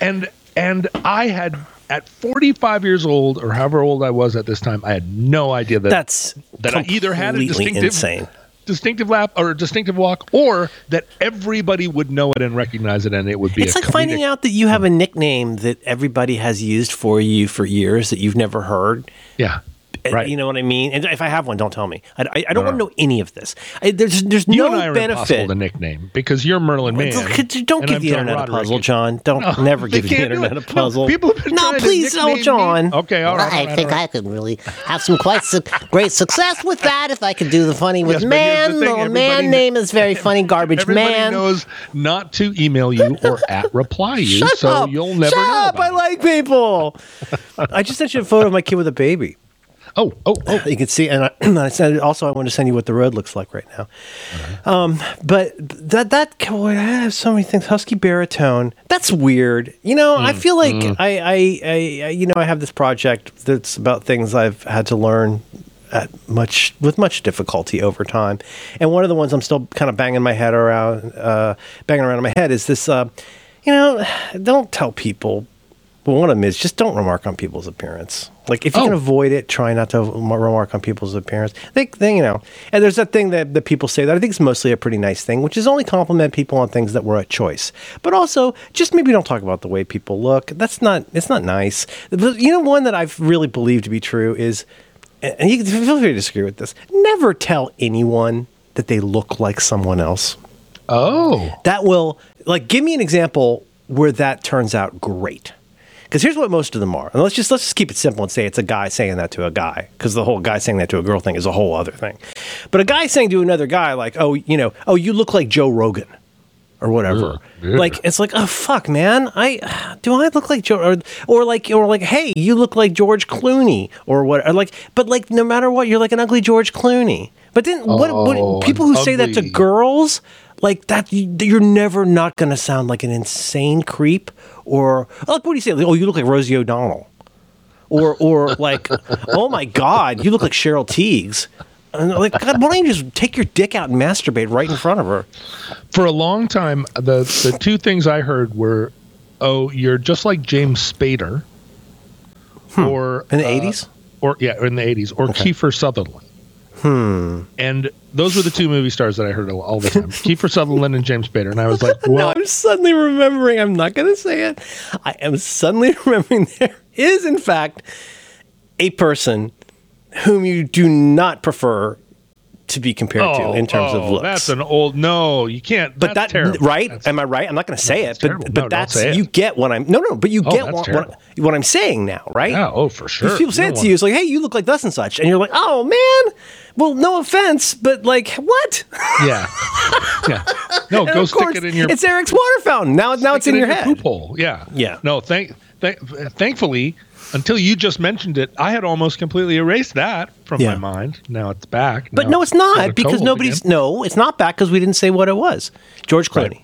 Speaker 1: and and I had at 45 years old or however old I was at this time, I had no idea that
Speaker 2: That's
Speaker 1: That I either had a
Speaker 2: completely
Speaker 1: distinctive-
Speaker 2: insane.
Speaker 1: distinctive lap or distinctive walk, or that everybody would know it and recognize it, and it would be
Speaker 2: It's
Speaker 1: a
Speaker 2: like finding
Speaker 1: comedic-
Speaker 2: out that you have a nickname that everybody has used for you for years that you've never heard.
Speaker 1: yeah,
Speaker 2: Uh,
Speaker 1: right.
Speaker 2: You know what I mean? And if I have one, don't tell me. I, I, I don't want to know any of this. I, there's there's
Speaker 1: You
Speaker 2: no
Speaker 1: and I are impossible
Speaker 2: benefit.
Speaker 1: to nickname because you're Merlin Man.
Speaker 2: Don't- Don't
Speaker 1: and
Speaker 2: give
Speaker 1: I'm
Speaker 2: the
Speaker 1: John
Speaker 2: internet a
Speaker 1: Roderick.
Speaker 2: puzzle, John. Don't never
Speaker 1: They
Speaker 2: give the
Speaker 1: can't do
Speaker 2: internet a
Speaker 1: it. No,
Speaker 2: puzzle. oh,
Speaker 1: people have been
Speaker 3: No,
Speaker 1: trying to
Speaker 3: please, no,
Speaker 1: nickname me.
Speaker 3: John.
Speaker 1: Okay, all right.
Speaker 3: I
Speaker 1: all right,
Speaker 3: think
Speaker 1: all right.
Speaker 3: I could really have some quite su- great success with that if I could do the funny with
Speaker 1: Yes, but here's
Speaker 3: man.
Speaker 1: the
Speaker 3: The,
Speaker 1: thing, everybody kn-
Speaker 3: man name is very funny. Garbage
Speaker 1: Everybody
Speaker 3: man.
Speaker 1: knows not to email you or at reply you,
Speaker 2: Shut
Speaker 1: so
Speaker 2: up!
Speaker 1: you'll never
Speaker 2: Shut
Speaker 1: know.
Speaker 2: up!
Speaker 1: about
Speaker 2: I
Speaker 1: it.
Speaker 2: like people. I just sent you a photo of my kid with a baby.
Speaker 1: oh, oh, oh.
Speaker 2: You can see, and I, I said also I want to send you what the road looks like right now. Um, but that that boy, I have so many things. Husky baritone. That's weird. You know, I feel like I, I, I, I, you know, I have this project that's about things I've had to learn at much with much difficulty over time, and one of the ones I'm still kind of banging my head around, uh, banging around in my head is this. Uh, you know, don't tell people well, one of them is just don't remark on people's appearance. Like if you
Speaker 1: Oh.
Speaker 2: can avoid it, try not to m- remark on people's appearance. They, they, you know, and there's that thing that, that people say that I think is mostly a pretty nice thing, which is only compliment people on things that were a choice. But also, just maybe don't talk about the way people look. That's not it's not nice. The- You know, one that I've really believed to be true is, and you can feel free to disagree with this. Never tell anyone that they look like someone else
Speaker 1: Oh,
Speaker 2: that will like give me an example where that turns out great because here's what most of them are and let's just let's just keep it simple and say it's a guy saying that to a guy because the whole guy saying that to a girl thing is a whole other thing but a guy saying to another guy like oh you know oh you look like joe rogan or whatever
Speaker 1: Ugh, yeah.
Speaker 2: like it's like oh fuck man i do i look like joe or, or like or like hey you look like george clooney or what or like but like no matter what you're like an ugly george clooney but then what,
Speaker 1: Oh,
Speaker 2: what people who say that to
Speaker 1: ugly.
Speaker 2: girls girls like that you- you're never not going to sound like an insane creep or like what do you say Like, oh you look like rosie o'donnell or or like oh my god you look like cheryl teagues And, like god why don't you just take your dick out and masturbate right in front of her
Speaker 1: for a long time, the the two things I heard were, "Oh, you're just like James Spader,"
Speaker 2: Hmm.
Speaker 1: or
Speaker 2: in the
Speaker 1: uh,
Speaker 2: 80s
Speaker 1: or yeah, in the eighties, or Kiefer Sutherland. Hmm. And those were the two movie stars that I heard all, all the time: Kiefer Sutherland and James Spader. And I was like, "Well,
Speaker 2: i'm suddenly remembering i'm not going to say it i am suddenly remembering there is in fact a person whom you do not prefer to be compared to in terms of looks
Speaker 1: Oh, That's an old no. You can't.
Speaker 2: but
Speaker 1: that's
Speaker 2: that
Speaker 1: terrible.
Speaker 2: right?
Speaker 1: That's-
Speaker 2: Am I right? I'm not going to say it,
Speaker 1: that's
Speaker 2: but
Speaker 1: terrible.
Speaker 2: but
Speaker 1: No, don't
Speaker 2: that's
Speaker 1: say it.
Speaker 2: you get what I'm no no, but you
Speaker 1: Oh,
Speaker 2: get
Speaker 1: that's
Speaker 2: what,
Speaker 1: terrible.
Speaker 2: what, what I'm saying now, right?
Speaker 1: yeah. Oh, for sure.
Speaker 2: If people say
Speaker 1: You
Speaker 2: it
Speaker 1: don't
Speaker 2: to you, it's like, hey, you look like this and such, and you're like, oh man, well, no offense, but like what?
Speaker 1: want- Yeah. yeah. No,
Speaker 2: And
Speaker 1: go
Speaker 2: of course,
Speaker 1: stick it in your.
Speaker 2: it's Eric's water fountain. Now now it's
Speaker 1: stick
Speaker 2: in
Speaker 1: it
Speaker 2: your head.
Speaker 1: poop hole. Yeah.
Speaker 2: Yeah.
Speaker 1: No. Thank. Thank. Thankfully, until you just mentioned it, I had almost completely erased that from
Speaker 2: Yeah.
Speaker 1: my mind. Now it's back.
Speaker 2: But
Speaker 1: Now
Speaker 2: no, it's
Speaker 1: sort of
Speaker 2: not because
Speaker 1: cold
Speaker 2: nobody's
Speaker 1: again.
Speaker 2: no, it's not back because we didn't say what it was. George Clooney.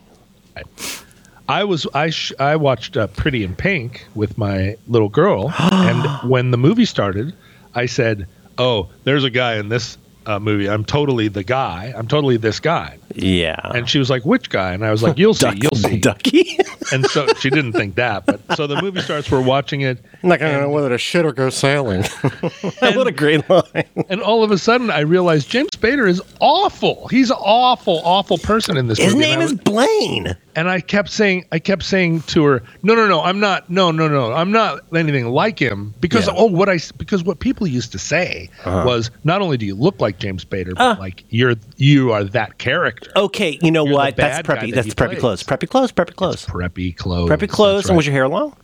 Speaker 1: I was I sh- I watched uh, Pretty in Pink with my little girl, and when the movie started, I said, "Oh, there's a guy in this uh, movie. I'm totally the guy. I'm totally this guy."
Speaker 2: Yeah.
Speaker 1: And she was like, which guy? And I was like, you'll see, you'll see.
Speaker 2: Ducky.
Speaker 1: And so she didn't think that. But so the movie starts, we're watching it.
Speaker 2: I'm not gonna know whether to shit or go sailing. what a great line.
Speaker 1: And all of a sudden, I realized James Spader is awful. He's an awful, awful person in this
Speaker 2: His
Speaker 1: movie. And
Speaker 2: name
Speaker 1: I
Speaker 2: is
Speaker 1: was-
Speaker 2: Blaine.
Speaker 1: And I kept saying, I kept saying to her, no, no, no, I'm not, no, no, no, I'm not anything like him because
Speaker 2: Yeah. Uh-huh.
Speaker 1: oh, what I s- because what people used to say was not only do you look like James Spader,
Speaker 2: Uh.
Speaker 1: but like you're you are that character,
Speaker 2: Okay, you know
Speaker 1: You're the
Speaker 2: what?
Speaker 1: bad
Speaker 2: That's
Speaker 1: guy
Speaker 2: preppy.
Speaker 1: that
Speaker 2: That's
Speaker 1: he
Speaker 2: preppy
Speaker 1: plays.
Speaker 2: clothes. Preppy clothes. Preppy clothes.
Speaker 1: preppy clothes,
Speaker 2: Preppy clothes.
Speaker 1: That's
Speaker 2: And
Speaker 1: right.
Speaker 2: was your hair long?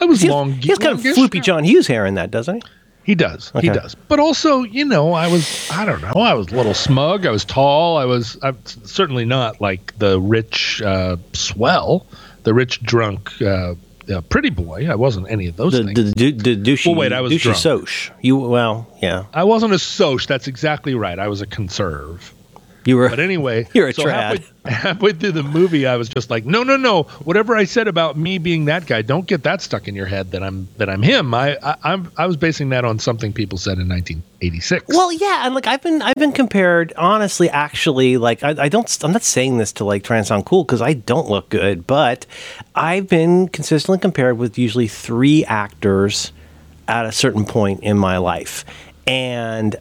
Speaker 1: I was
Speaker 2: He's,
Speaker 1: long.
Speaker 2: he's got
Speaker 1: longish.
Speaker 2: floopy John Hughes hair in that, doesn't he?
Speaker 1: He does.
Speaker 2: Okay.
Speaker 1: He does. But also, you know, I was I don't know, I was a little smug, I was tall, I was I'm s- certainly not like the rich uh, swell, the rich drunk uh, uh, pretty boy. I wasn't any of those
Speaker 2: The,
Speaker 1: things.
Speaker 2: the, the, the douchey,
Speaker 1: Well, wait, I was
Speaker 2: douchey
Speaker 1: drunk.
Speaker 2: soch. You well, yeah.
Speaker 1: I wasn't a soch, that's exactly right. I was a conserve.
Speaker 2: You were.
Speaker 1: But anyway,
Speaker 2: You're a
Speaker 1: so
Speaker 2: trad.
Speaker 1: Halfway, halfway through the movie, I was just like, no, no, no. Whatever I said about me being that guy, don't get that stuck in your head that I'm that I'm him. I, I I'm I was basing that on something people said in 1986.
Speaker 2: Well, yeah, and like I've been, I've been compared. Honestly, actually, like I, I don't, I'm not saying this to like try and sound cool because I don't look good, but I've been consistently compared with usually three actors at a certain point in my life, and.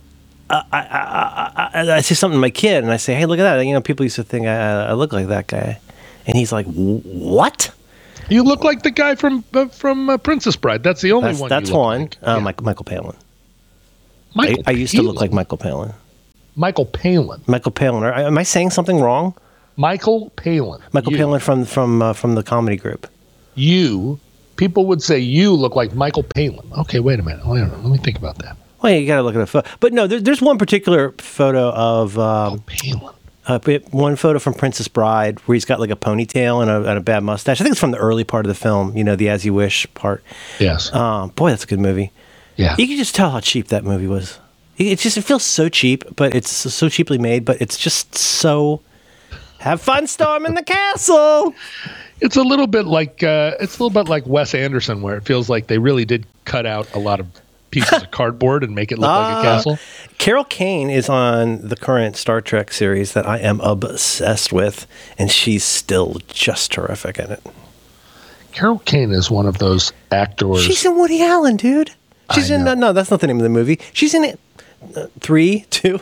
Speaker 2: I, I, I, I, I see something to my kid, and I say, "Hey, look at that!" You know, people used to think I, I look like that guy, and he's like, "What?"
Speaker 1: You look like the guy from uh, from uh, Princess Bride. That's the only
Speaker 2: That's,
Speaker 1: one.
Speaker 2: that's
Speaker 1: you look
Speaker 2: one.
Speaker 1: like.
Speaker 2: Uh,
Speaker 1: Yeah.
Speaker 2: Mike- Michael Palin. I,
Speaker 1: Michael
Speaker 2: I used to look like
Speaker 1: Palin.
Speaker 2: Michael Palin.
Speaker 1: Michael Palin.
Speaker 2: Michael Palin. Are, am I saying something wrong?
Speaker 1: Michael Palin.
Speaker 2: Michael
Speaker 1: You-
Speaker 2: Palin from from uh, from the comedy group.
Speaker 1: You people would say you look like Michael Palin. Okay, wait a minute. Wait a minute. Let me think about that.
Speaker 2: Well, you got to look at the photo. But no, there, there's one particular photo of um,
Speaker 1: Palin.
Speaker 2: uh, one photo from Princess Bride where he's got like a ponytail and a, and a bad mustache. I think it's from the early part of the film. You know, the As You Wish part.
Speaker 1: Yes.
Speaker 2: Um, boy, that's a good movie.
Speaker 1: yeah.
Speaker 2: You can just tell how cheap that movie was. It it's just it feels so cheap, but it's so cheaply made. But it's just so. Have fun storming the castle.
Speaker 1: It's a little bit like uh, it's a little bit like Wes Anderson, where it feels like they really did cut out a lot of pieces of cardboard and make it look
Speaker 2: Uh,
Speaker 1: like a castle.
Speaker 2: Carol Kane is on the current Star Trek series that I am obsessed with, and she's still just terrific in it.
Speaker 1: Carol Kane is one of those actors.
Speaker 2: She's in Woody Allen, dude. She's
Speaker 1: I
Speaker 2: in
Speaker 1: know.
Speaker 2: no, that's not the name of the movie. She's in it uh, three, two.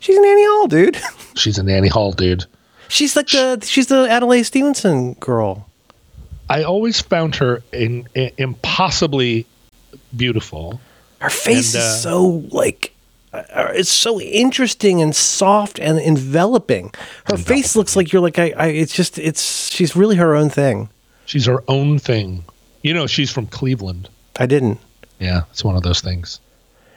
Speaker 2: She's in Annie Hall, dude.
Speaker 1: she's an Annie Hall dude.
Speaker 2: She's like the she's the Adelaide Stevenson girl.
Speaker 1: I always found her in, i impossibly beautiful.
Speaker 2: Her face
Speaker 1: And, uh,
Speaker 2: is so like uh, it's so interesting and soft and enveloping. Her face looks like you're like I, I. It's just it's she's really her own thing.
Speaker 1: She's her own thing. You know, she's from Cleveland.
Speaker 2: I didn't.
Speaker 1: Yeah, it's one of those things.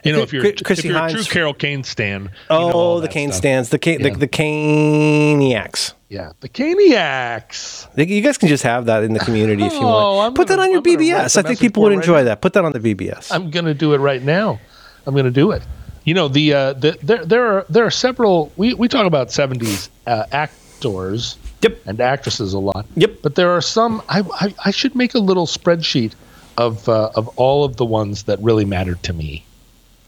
Speaker 1: You know, if you're
Speaker 2: Chris- Chrissy
Speaker 1: if you're a true
Speaker 2: Hines-
Speaker 1: Carol Kane stan. you know all
Speaker 2: Oh, the
Speaker 1: that
Speaker 2: cane
Speaker 1: stuff.
Speaker 2: stands. The cane,
Speaker 1: Yeah.
Speaker 2: the, the caniacs.
Speaker 1: Yeah, the Caniacs.
Speaker 2: They- You guys can just have that in the community if you
Speaker 1: Oh,
Speaker 2: want.
Speaker 1: I'm
Speaker 2: Put that
Speaker 1: gonna-
Speaker 2: on your
Speaker 1: I'm gonna write
Speaker 2: BBS.
Speaker 1: the
Speaker 2: I think
Speaker 1: message
Speaker 2: people would
Speaker 1: board right
Speaker 2: enjoy
Speaker 1: now.
Speaker 2: that. Put that on the BBS.
Speaker 1: I'm gonna do it right now. I'm gonna do it. You know, the uh, the there there are there are several. We we talk about '70s uh, actors
Speaker 2: Yep.
Speaker 1: and actresses a lot.
Speaker 2: Yep.
Speaker 1: But there are some. I I, I should make a little spreadsheet of uh, of all of the ones that really mattered to me.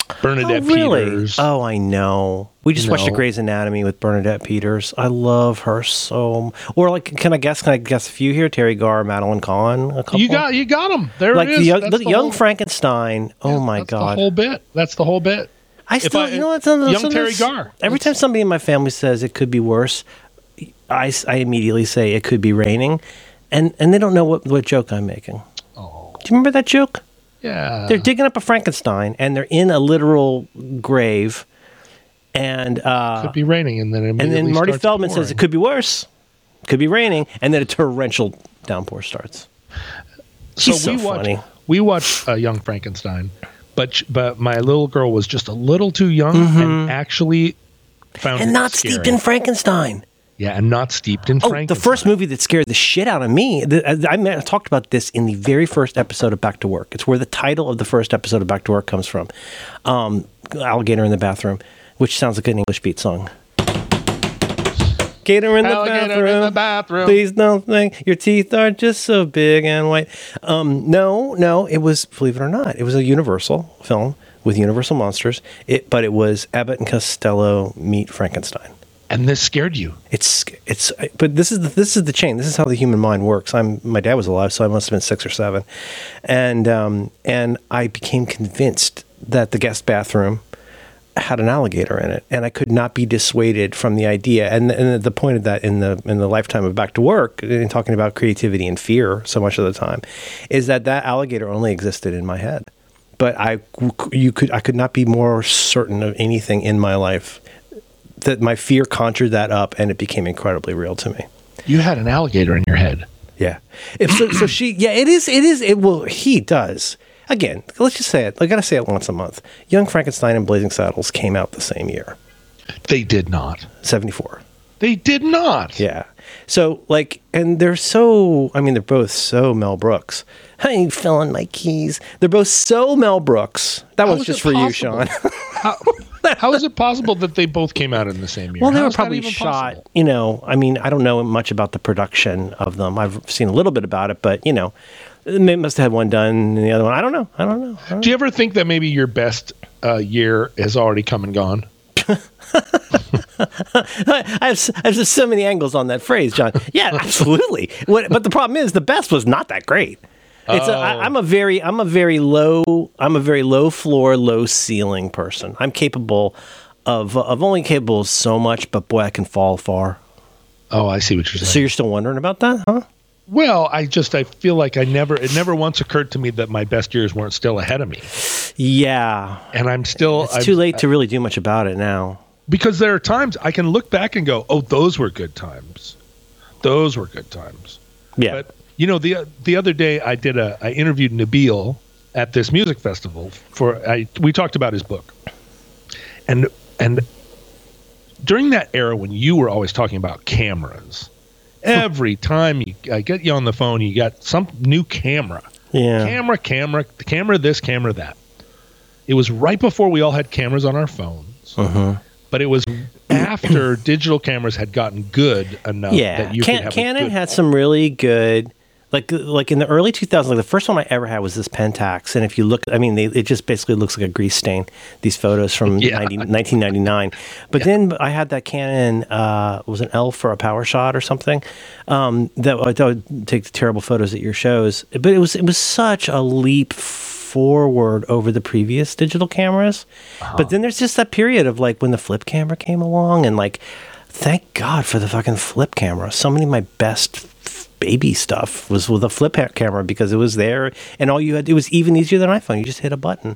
Speaker 2: Oh,
Speaker 1: Bernadette
Speaker 2: really?
Speaker 1: Peters.
Speaker 2: Oh, I know. We just watched a
Speaker 1: No.
Speaker 2: Grey's Anatomy with Bernadette Peters. I love her so. m- Or like, can I guess? Can I guess a few here? Terry Garr, Madeline Kahn. A couple.
Speaker 1: You got you got them. There
Speaker 2: like
Speaker 1: it is.
Speaker 2: the young,
Speaker 1: That's
Speaker 2: the young
Speaker 1: whole-
Speaker 2: Frankenstein. Oh my
Speaker 1: that's
Speaker 2: god.
Speaker 1: The whole bit. That's the whole bit.
Speaker 2: I
Speaker 1: If
Speaker 2: still,
Speaker 1: I-
Speaker 2: you know, what, sometimes,
Speaker 1: Young Terry
Speaker 2: sometimes-
Speaker 1: Garr.
Speaker 2: Every time somebody in my family says it could be worse, I, s- I immediately say it could be raining, and and they don't know what, what joke I'm making.
Speaker 1: Oh Uh-huh.
Speaker 2: Do you remember that joke?
Speaker 1: yeah.
Speaker 2: They're digging up a Frankenstein, and they're in a literal grave, and uh,
Speaker 1: could be raining, and then it
Speaker 2: and then
Speaker 1: immediately
Speaker 2: Marty
Speaker 1: starts
Speaker 2: Feldman says it
Speaker 1: pouring.
Speaker 2: could be worse, could be raining, and then a torrential downpour starts. He's so
Speaker 1: we watched,
Speaker 2: funny.
Speaker 1: We watched uh, Young Frankenstein, but sh- but my little girl was just a little too young and actually found
Speaker 2: Mm-hmm. And
Speaker 1: it
Speaker 2: not
Speaker 1: scary.
Speaker 2: steeped in Frankenstein.
Speaker 1: yeah, and not steeped in
Speaker 2: Oh,
Speaker 1: Frankenstein.
Speaker 2: the first movie that scared the shit out of me. The, uh, I, I, meant- I talked about this in the very first episode of Back to Work. It's where the title of the first episode of Back to Work comes from. Um, alligator in the bathroom, which sounds like an English beat song. Gator in the
Speaker 1: Alligator
Speaker 2: bathroom.
Speaker 1: in the bathroom.
Speaker 2: Please don't think your teeth are just so big and white. Um, no, no, it was believe it or not, it was a Universal film with Universal monsters. It, but it was Abbott and Costello meet Frankenstein.
Speaker 1: and this scared you.
Speaker 2: It's it's but this is the, this is the chain. This is how the human mind works. I'm my dad was alive, so I must have been six or seven, and um, and I became convinced that the guest bathroom had an alligator in it, and I could not be dissuaded from the idea. And and the point of that in the in the lifetime of Back to Work, in talking about creativity and fear so much of the time, is that that alligator only existed in my head. But I you could I could not be more certain of anything in my life that my fear conjured that up and it became incredibly real to me.
Speaker 1: You had an alligator in your head.
Speaker 2: Yeah. If so, so she, yeah, it is, it is, it will, he does. Again, let's just say it. I got to say it once a month. Young Frankenstein and Blazing Saddles came out the same year,
Speaker 1: They did not.
Speaker 2: 74.
Speaker 1: They did not.
Speaker 2: Yeah. So, like, and they're so, I mean, they're both so Mel Brooks. Hey, fell on my keys. They're both so Mel Brooks. That was
Speaker 1: is
Speaker 2: just
Speaker 1: it
Speaker 2: for you,
Speaker 1: possible?
Speaker 2: Sean.
Speaker 1: How, how is it possible that they both came out in the same year?
Speaker 2: Well, they
Speaker 1: How
Speaker 2: were
Speaker 1: is that
Speaker 2: probably
Speaker 1: even
Speaker 2: shot.
Speaker 1: possible?
Speaker 2: You know, I mean, I don't know much about the production of them. I've seen a little bit about it, but you know, they must have had one done and the other one. I don't know. I don't know. I don't
Speaker 1: Do you ever think that maybe your best uh, year has already come and gone?
Speaker 2: know. I have s- I have just so many angles on that phrase, John. Yeah, absolutely. What, but the problem is, the best was not that great. It's a, I, I'm a very I'm a very low I'm a very low floor, low ceiling person. I'm capable of of only capable of so much, but boy, I can fall far.
Speaker 1: Oh, I see what you're saying.
Speaker 2: So you're still wondering about that, huh?
Speaker 1: well, I just I feel like I never it never once occurred to me that my best years weren't still ahead of me,
Speaker 2: Yeah,
Speaker 1: and I'm still
Speaker 2: It's
Speaker 1: I'm-
Speaker 2: too late to really do much about it now.
Speaker 1: because there are times I can look back and go, oh, those were good times, those were good times.
Speaker 2: Yeah.
Speaker 1: But you know the the other day I did a I interviewed Nabil at this music festival for I we talked about his book. And and during that era when you were always talking about cameras, every time you I get you on the phone, you got some new camera.
Speaker 2: yeah.
Speaker 1: Camera, camera, camera this, camera that. It was right before we all had cameras on our phones.
Speaker 2: Uh-huh.
Speaker 1: But it was after digital cameras had gotten good enough
Speaker 2: yeah.
Speaker 1: that you
Speaker 2: Can-
Speaker 1: could have a
Speaker 2: Canon
Speaker 1: good-
Speaker 2: had some really good like like in the early 2000s like the first one I ever had was this Pentax and if you look I mean they, it just basically looks like a grease stain these photos from
Speaker 1: Yeah.
Speaker 2: 90, 1999 but then I had that Canon uh it was an L for a power shot or something um that, that would take the terrible photos at your shows but it was it was such a leap forward over the previous digital cameras but then there's just that period of like when the flip camera came along and like thank God for the fucking flip camera. So many of my best f- baby stuff was with a flip ha- camera because it was there, and all you had it was even easier than an iPhone. You just hit a button.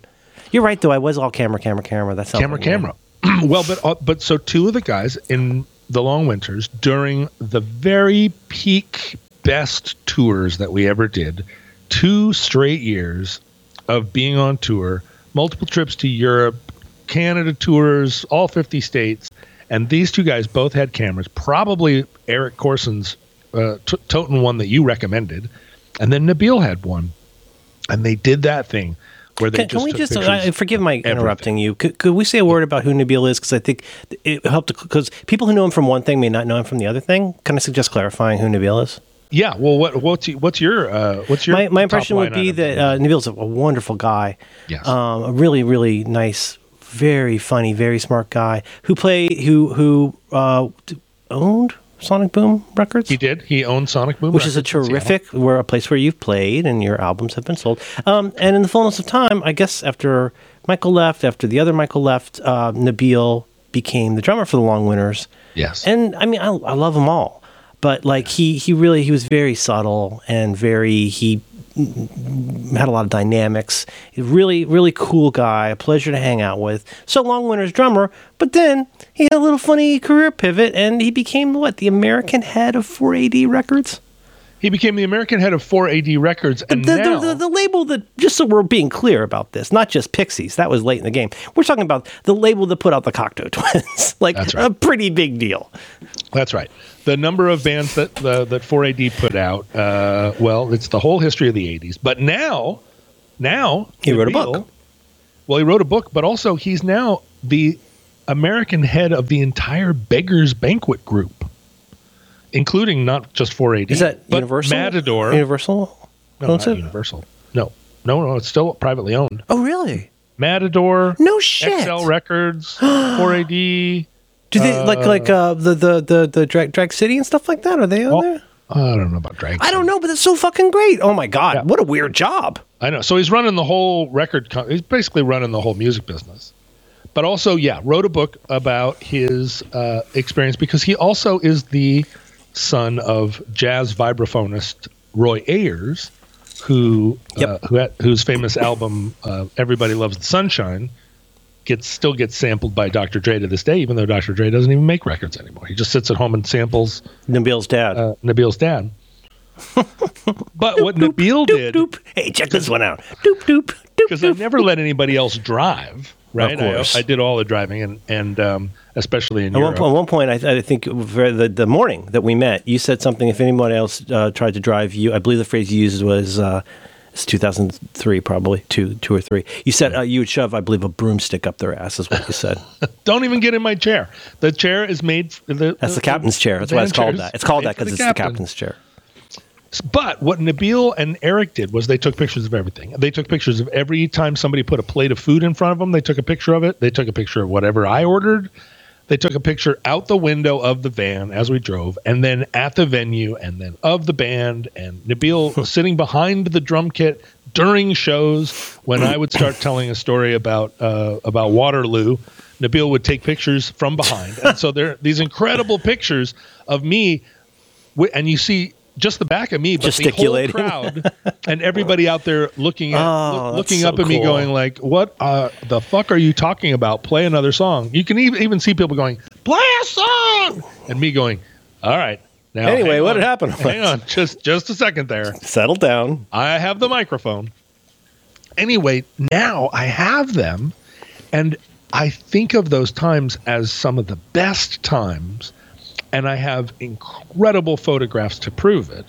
Speaker 2: You're right, though. I was all camera, camera, camera. That's
Speaker 1: camera camera well but uh, but so two of the guys in the long winters during the very peak best tours that we ever did two straight years of being on tour multiple trips to europe canada tours all 50 states and these two guys both had cameras probably eric corson's uh, t- toten one that you recommended and then nabil had one and they did that thing where they
Speaker 2: Can,
Speaker 1: just
Speaker 2: can we
Speaker 1: took
Speaker 2: just
Speaker 1: pictures.
Speaker 2: uh, forgive my interrupting you? Could, could we say a word about who Nabil is? Because I think it helped because people who know him from one thing may not know him from the other thing. Can I suggest clarifying who Nabil is?
Speaker 1: Yeah. Well, what what's what's your uh, what's your
Speaker 2: my, my
Speaker 1: top
Speaker 2: impression
Speaker 1: line
Speaker 2: would be
Speaker 1: item?
Speaker 2: that uh, Nabil's a, a wonderful guy.
Speaker 1: Yes.
Speaker 2: Um, a really, really nice, very funny, very smart guy who play who who uh, d- owned Sonic Boom Records.
Speaker 1: he did. He owned Sonic Boom,
Speaker 2: which is a
Speaker 1: Records in Seattle.
Speaker 2: terrific, where a place where you've played and your albums have been sold. Um, and in the fullness of time, I guess after Michael left, after the other Michael left, uh, Nabil became the drummer for the Long Winters.
Speaker 1: Yes.
Speaker 2: And I mean, I, I love them all, but like he he really he was very subtle and very he mm, had a lot of dynamics. Really, really cool guy, a pleasure to hang out with. So long winter's drummer, but then he had a little funny career pivot and he became what the American head of 4AD Records.
Speaker 1: he became the American head of 4AD Records, and
Speaker 2: The,
Speaker 1: now
Speaker 2: the, the, the label that, just so we're being clear about this, not just Pixies, that was late in the game. We're talking about the label that put out the Cocteau Twins, like
Speaker 1: That's right.
Speaker 2: a pretty big deal.
Speaker 1: that's right. The number of bands that the, that 4AD put out. Uh, well, it's the whole history of the 80s. But now, now
Speaker 2: He wrote a
Speaker 1: Nabil-
Speaker 2: book.
Speaker 1: Well, he wrote a book, but also he's now the American head of the entire Beggars Banquet group, including not just 4AD.
Speaker 2: Is that
Speaker 1: but
Speaker 2: Universal?
Speaker 1: Matador?
Speaker 2: Universal?
Speaker 1: No,
Speaker 2: owns
Speaker 1: not
Speaker 2: it?
Speaker 1: Universal. No, no, no. It's still privately owned.
Speaker 2: Oh, really?
Speaker 1: Matador.
Speaker 2: No shit.
Speaker 1: XL Records. 4AD.
Speaker 2: Do they like like uh, the the the the drag, drag city and stuff like that? Are they on there?
Speaker 1: I don't know about Dragon.
Speaker 2: I don't know, but that's so fucking great. Oh my god,
Speaker 1: Yeah.
Speaker 2: what a weird job.
Speaker 1: I know. So he's running the whole record. Co- he's basically running the whole music business. But also, yeah, wrote a book about his uh, experience because he also is the son of jazz vibraphonist Roy Ayers, who
Speaker 2: Yep.
Speaker 1: uh, who had, whose famous album uh, "Everybody Loves the Sunshine" gets still gets sampled by Dr. Dre to this day, even though Dr. Dre doesn't even make records anymore. He just sits at home and samples
Speaker 2: Nabil's dad.
Speaker 1: uh, Nabil's dad. but what Nabil
Speaker 2: doop
Speaker 1: did
Speaker 2: doop. Hey, check this one out. Doop doop doop.
Speaker 1: because I never let anybody else drive. Right,
Speaker 2: course.
Speaker 1: I, I did all the driving, and and um, especially in
Speaker 2: At one,
Speaker 1: Europe.
Speaker 2: po- at one point, I, I think for the, the morning that we met, you said something. If anyone else uh, tried to drive you, I believe the phrase you used was uh, it's 2003, probably two, two or three. You said uh, you would shove, I believe, a broomstick up their ass. Is what you said.
Speaker 1: Don't even get in my chair. The chair is made. f- The,
Speaker 2: That's the captain's chair. That's why it's called that. It's called that because it's the captain's chair.
Speaker 1: But what Nabil and Eric did was they took pictures of everything. They took pictures of every time somebody put a plate of food in front of them. They took a picture of it. They took a picture of whatever I ordered. They took a picture out the window of the van as we drove, and then at the venue, and then of the band, and Nabil was sitting behind the drum kit during shows when I would start telling a story about uh, about Waterloo. Nabil would take pictures from behind, and so there are these incredible pictures of me Wi- and you see just the back of me, but the whole
Speaker 2: Gesticulating.
Speaker 1: crowd and everybody out there looking at,
Speaker 2: Oh,
Speaker 1: loo-
Speaker 2: that's
Speaker 1: looking
Speaker 2: so
Speaker 1: up at me,
Speaker 2: cool.
Speaker 1: going like, "What uh, the fuck are you talking about? Play another song." You can even even see people going, "Play a song," and me going, "All right." Now,
Speaker 2: Anyway,
Speaker 1: hang
Speaker 2: what
Speaker 1: on,
Speaker 2: had happened?
Speaker 1: Hang on, just just a second there.
Speaker 2: Settle down.
Speaker 1: I have the microphone. Anyway, now I have them, and I think of those times as some of the best times, and I have incredible photographs to prove it.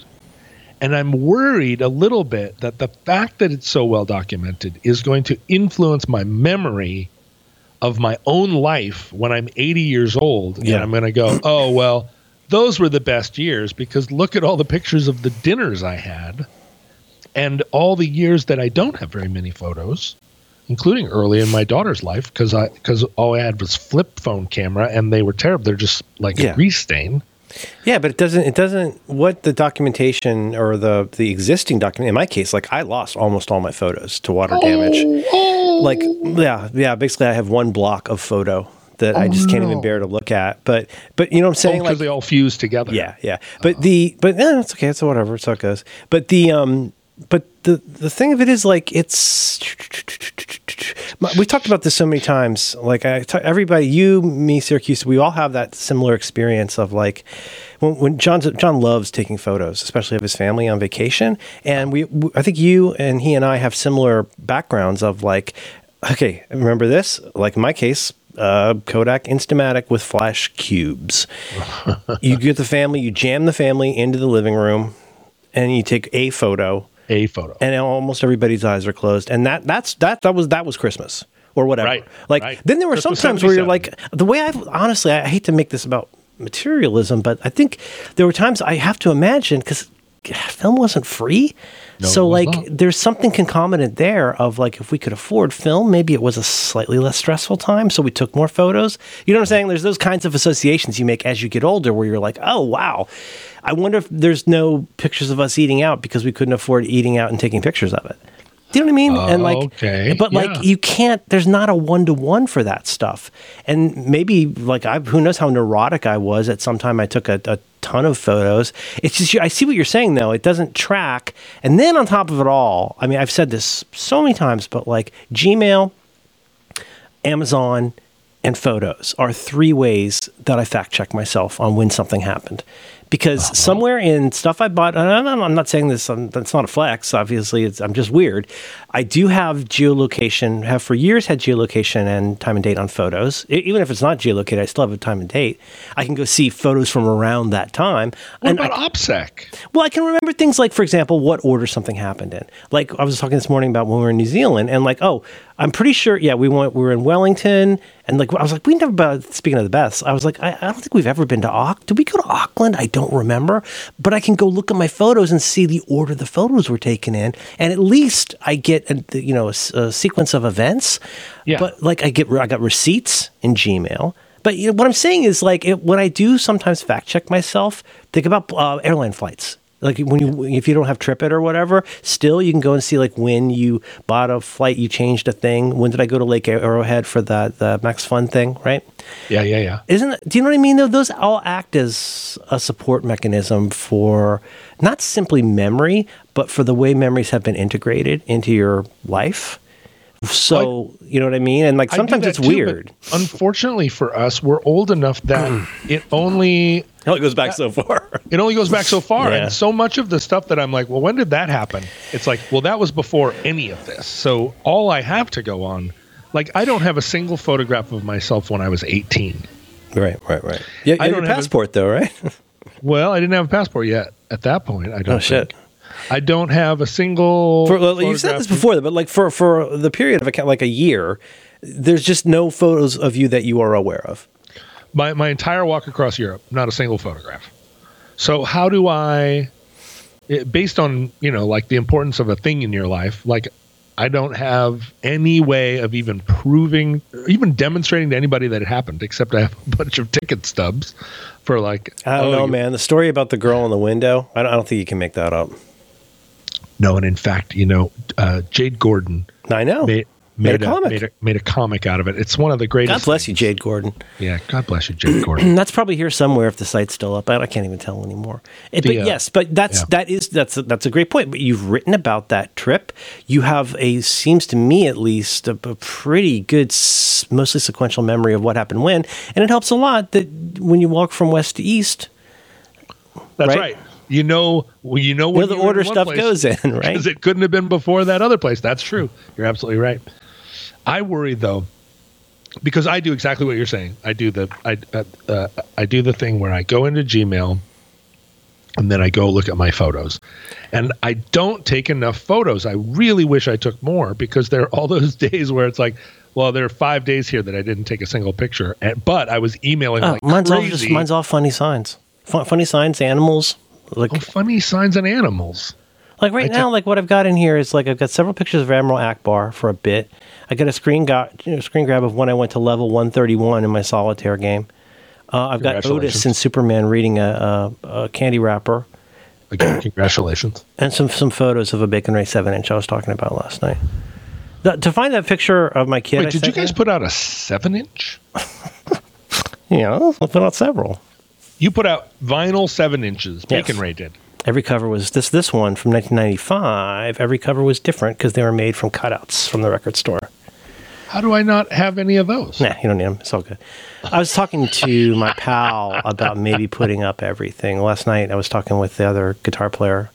Speaker 1: And I'm worried a little bit that the fact that it's so well documented is going to influence my memory of my own life when I'm 80 years old.
Speaker 2: Yeah.
Speaker 1: And I'm going to go, oh, well, those were the best years because look at all the pictures of the dinners I had and all the years that I don't have very many photos, including early in my daughter's life, because I because all I had was flip phone camera and they were terrible. They're just like
Speaker 2: Yeah.
Speaker 1: a grease stain.
Speaker 2: Yeah, but it doesn't. It doesn't. What the documentation or the the existing document in my case, like I lost almost all my photos to water damage. Like yeah, yeah. Basically, I have one block of photo that I just can't even bear to look at. But but you know what I'm saying?
Speaker 1: Because
Speaker 2: like
Speaker 1: Oh, they all fused together.
Speaker 2: yeah, yeah. But the but eh, it's okay. It's whatever. It's how it goes. But the um but the the thing of it is like it's my- we talked about this so many times. Like I t- everybody, you, me, Syracuse, we all have that similar experience of like when, when John's John loves taking photos, especially of his family on vacation. And we, we I think you and he and I have similar backgrounds of like okay, remember this? Like in my case, uh, Kodak Instamatic with flash cubes. you get the family, you jam the family into the living room, and you take a photo,
Speaker 1: A photo.
Speaker 2: and almost everybody's eyes are closed. And that that's that that was that was Christmas or whatever.
Speaker 1: Right,
Speaker 2: Like
Speaker 1: right.
Speaker 2: then there were
Speaker 1: Christmas
Speaker 2: sometimes where you're
Speaker 1: 77.
Speaker 2: like the way I've honestly I hate to make this about materialism, but I think there were times I have to imagine because film wasn't free. so
Speaker 1: it was
Speaker 2: like
Speaker 1: not.
Speaker 2: there's something concomitant there of like if we could afford film, maybe it was a slightly less stressful time, so we took more photos. You know what I'm saying? There's those kinds of associations you make as you get older where you're like, oh wow, I wonder if there's no pictures of us eating out because we couldn't afford eating out and taking pictures of it. Do you know what I mean? and like,
Speaker 1: Oh, Okay,
Speaker 2: but like
Speaker 1: yeah.
Speaker 2: you can't. There's not a one to one for that stuff. And maybe like I, who knows how neurotic I was at some time. I took a, a ton of photos. It's just I see what you're saying though. It doesn't track. And then on top of it all, I mean, I've said this so many times, but like Gmail, Amazon, and photos are three ways that I fact check myself on when something happened. Because somewhere in stuff I bought, and I'm- I'm not saying this, um, that's not a flex, obviously, it's, I'm just weird. I do have geolocation, have for years had geolocation and time and date on photos. E- even if it's not geolocated, I still have a time and date. I can go see photos from around that time.
Speaker 1: what
Speaker 2: and I
Speaker 1: about OPSEC?
Speaker 2: well, I can remember things like, for example, what order something happened in. Like I was talking this morning about when we were in New Zealand, and like, oh, I'm pretty sure, yeah, we went, we were in Wellington, and like, I was like, we never. About, speaking of the best, I was like, I, I don't think we've ever been to Auckland. Did we go to Auckland? I don't remember, but I can go look at my photos and see the order the photos were taken in, and at least I get, uh, a, you know, a, s- a sequence of events.
Speaker 1: Yeah.
Speaker 2: But like, I get, I got receipts in Gmail. But you know, what I'm saying is like it, when I do sometimes fact check myself, think about uh, airline flights. Like when you if you don't have TripIt or whatever, still you can go and see like when you bought a flight, you changed a thing. When did I go to Lake Arrowhead for the the Max Fun thing, right?
Speaker 1: Yeah, yeah, yeah.
Speaker 2: Isn't do you know what I mean though? Those all act as a support mechanism for not simply memory, but for the way memories have been integrated into your life. So you know what I mean? And like
Speaker 1: I do
Speaker 2: sometimes
Speaker 1: that
Speaker 2: it's
Speaker 1: too, but
Speaker 2: weird.
Speaker 1: Unfortunately for us, we're old enough that it only
Speaker 2: Hell, it goes back so far.
Speaker 1: it only goes back so far,
Speaker 2: Yeah.
Speaker 1: and so much of the stuff that I'm like, well, when did that happen? It's like, well, that was before any of this. So all I have to go on, like, I don't have a single photograph of myself when I was 18.
Speaker 4: Right, right, right. Yeah,
Speaker 1: I
Speaker 4: you have
Speaker 1: don't
Speaker 4: your
Speaker 1: have a-
Speaker 4: passport though, right?
Speaker 1: Well, I didn't have a passport yet at that point. I don't.
Speaker 2: Oh shit.
Speaker 1: think. I don't have a single.
Speaker 4: For, well, you've said this
Speaker 1: photograph.
Speaker 4: before, but like for for the period of account, like a year,
Speaker 2: There's just no photos of you that you are aware of.
Speaker 1: my, my entire walk across Europe, not a single photograph. So how do I, it, based on you know like the importance of a thing in your life, like I don't have any way of even proving, or even demonstrating to anybody that it happened, except I have a bunch of ticket stubs for like.
Speaker 4: I don't
Speaker 1: oh,
Speaker 4: know,
Speaker 1: you-
Speaker 4: man. The story about the girl in the window, I don't, I don't think you can make that up.
Speaker 1: No, and in fact, you know, uh, Jade Gordon
Speaker 4: I
Speaker 2: Oh,
Speaker 4: know.
Speaker 1: made.
Speaker 4: Made a
Speaker 1: Made,
Speaker 4: comic.
Speaker 1: made, a, made a comic out of it. It's one of the greatest.
Speaker 2: God bless you, Jade Gordon.
Speaker 1: Yeah, God bless you, Jade Gordon.
Speaker 2: That's probably here somewhere if the site's still up. I, I can't even tell anymore. It-
Speaker 1: The,
Speaker 2: but
Speaker 1: uh,
Speaker 2: yes, but that's
Speaker 1: yeah.
Speaker 2: that is that's a, that's a great point. But you've written about that trip. You have a seems to me at least a, a pretty good, s- mostly sequential memory of what happened when, and it helps a lot that when you walk from west to east,
Speaker 1: That's
Speaker 2: right?
Speaker 1: right. You know, well, you know
Speaker 2: where the order stuff goes in, right?
Speaker 1: because it couldn't have been before that other place. That's true. You're absolutely right. I worry though, because I do exactly what you're saying. I do the I uh, uh, I do the thing where I go into Gmail, and then I go look at my photos, and I don't take enough photos. I really wish I took more because there are all those days where it's like. Well, there are five days here that I didn't take a single picture, and, but I was emailing
Speaker 2: Oh,
Speaker 1: like
Speaker 2: mine's all just
Speaker 1: crazy.
Speaker 2: mine's all funny signs, Fu- funny signs, animals. Like
Speaker 1: Oh, funny signs and animals.
Speaker 2: Like right
Speaker 1: I
Speaker 2: now, like what I've got in here is like I've got several pictures of Admiral Akbar for a bit. I got a screen got you know, screen grab of when I went to level 131 in my solitaire game. Uh, I've got Otis
Speaker 1: Congratulations.
Speaker 2: and Superman reading a, a, a candy wrapper
Speaker 1: Again, congratulations.
Speaker 2: and some some photos of a Bacon Ray 7 inch I was talking about last night. Th- to find that picture of my kid,
Speaker 1: Wait,
Speaker 2: I "Eh,
Speaker 1: did you
Speaker 2: sent
Speaker 1: guys put out a seven inch?
Speaker 2: Yeah, I put out several.
Speaker 1: You put out vinyl seven inches. Bacon Ray did.
Speaker 2: Every cover was this this one from 1995. Every cover was different because they were made from cutouts from the record store.
Speaker 1: How do I not have any of those?
Speaker 2: Nah, you don't need them. It's all good. I was talking to my pal about maybe putting up everything last night. I was talking with the other guitar player.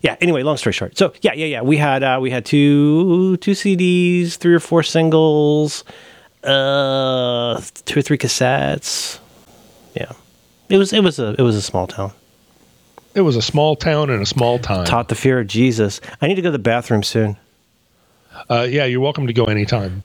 Speaker 2: Yeah. Anyway, long story short. So yeah, yeah, yeah. We had uh, we had two two CDs, three or four singles, uh, two or three cassettes. Yeah, it was it was a it was a small town.
Speaker 1: It was a small town and a small time.
Speaker 2: Taught the fear of Jesus. I need to go to the bathroom soon.
Speaker 1: Uh, yeah, you're welcome to go anytime.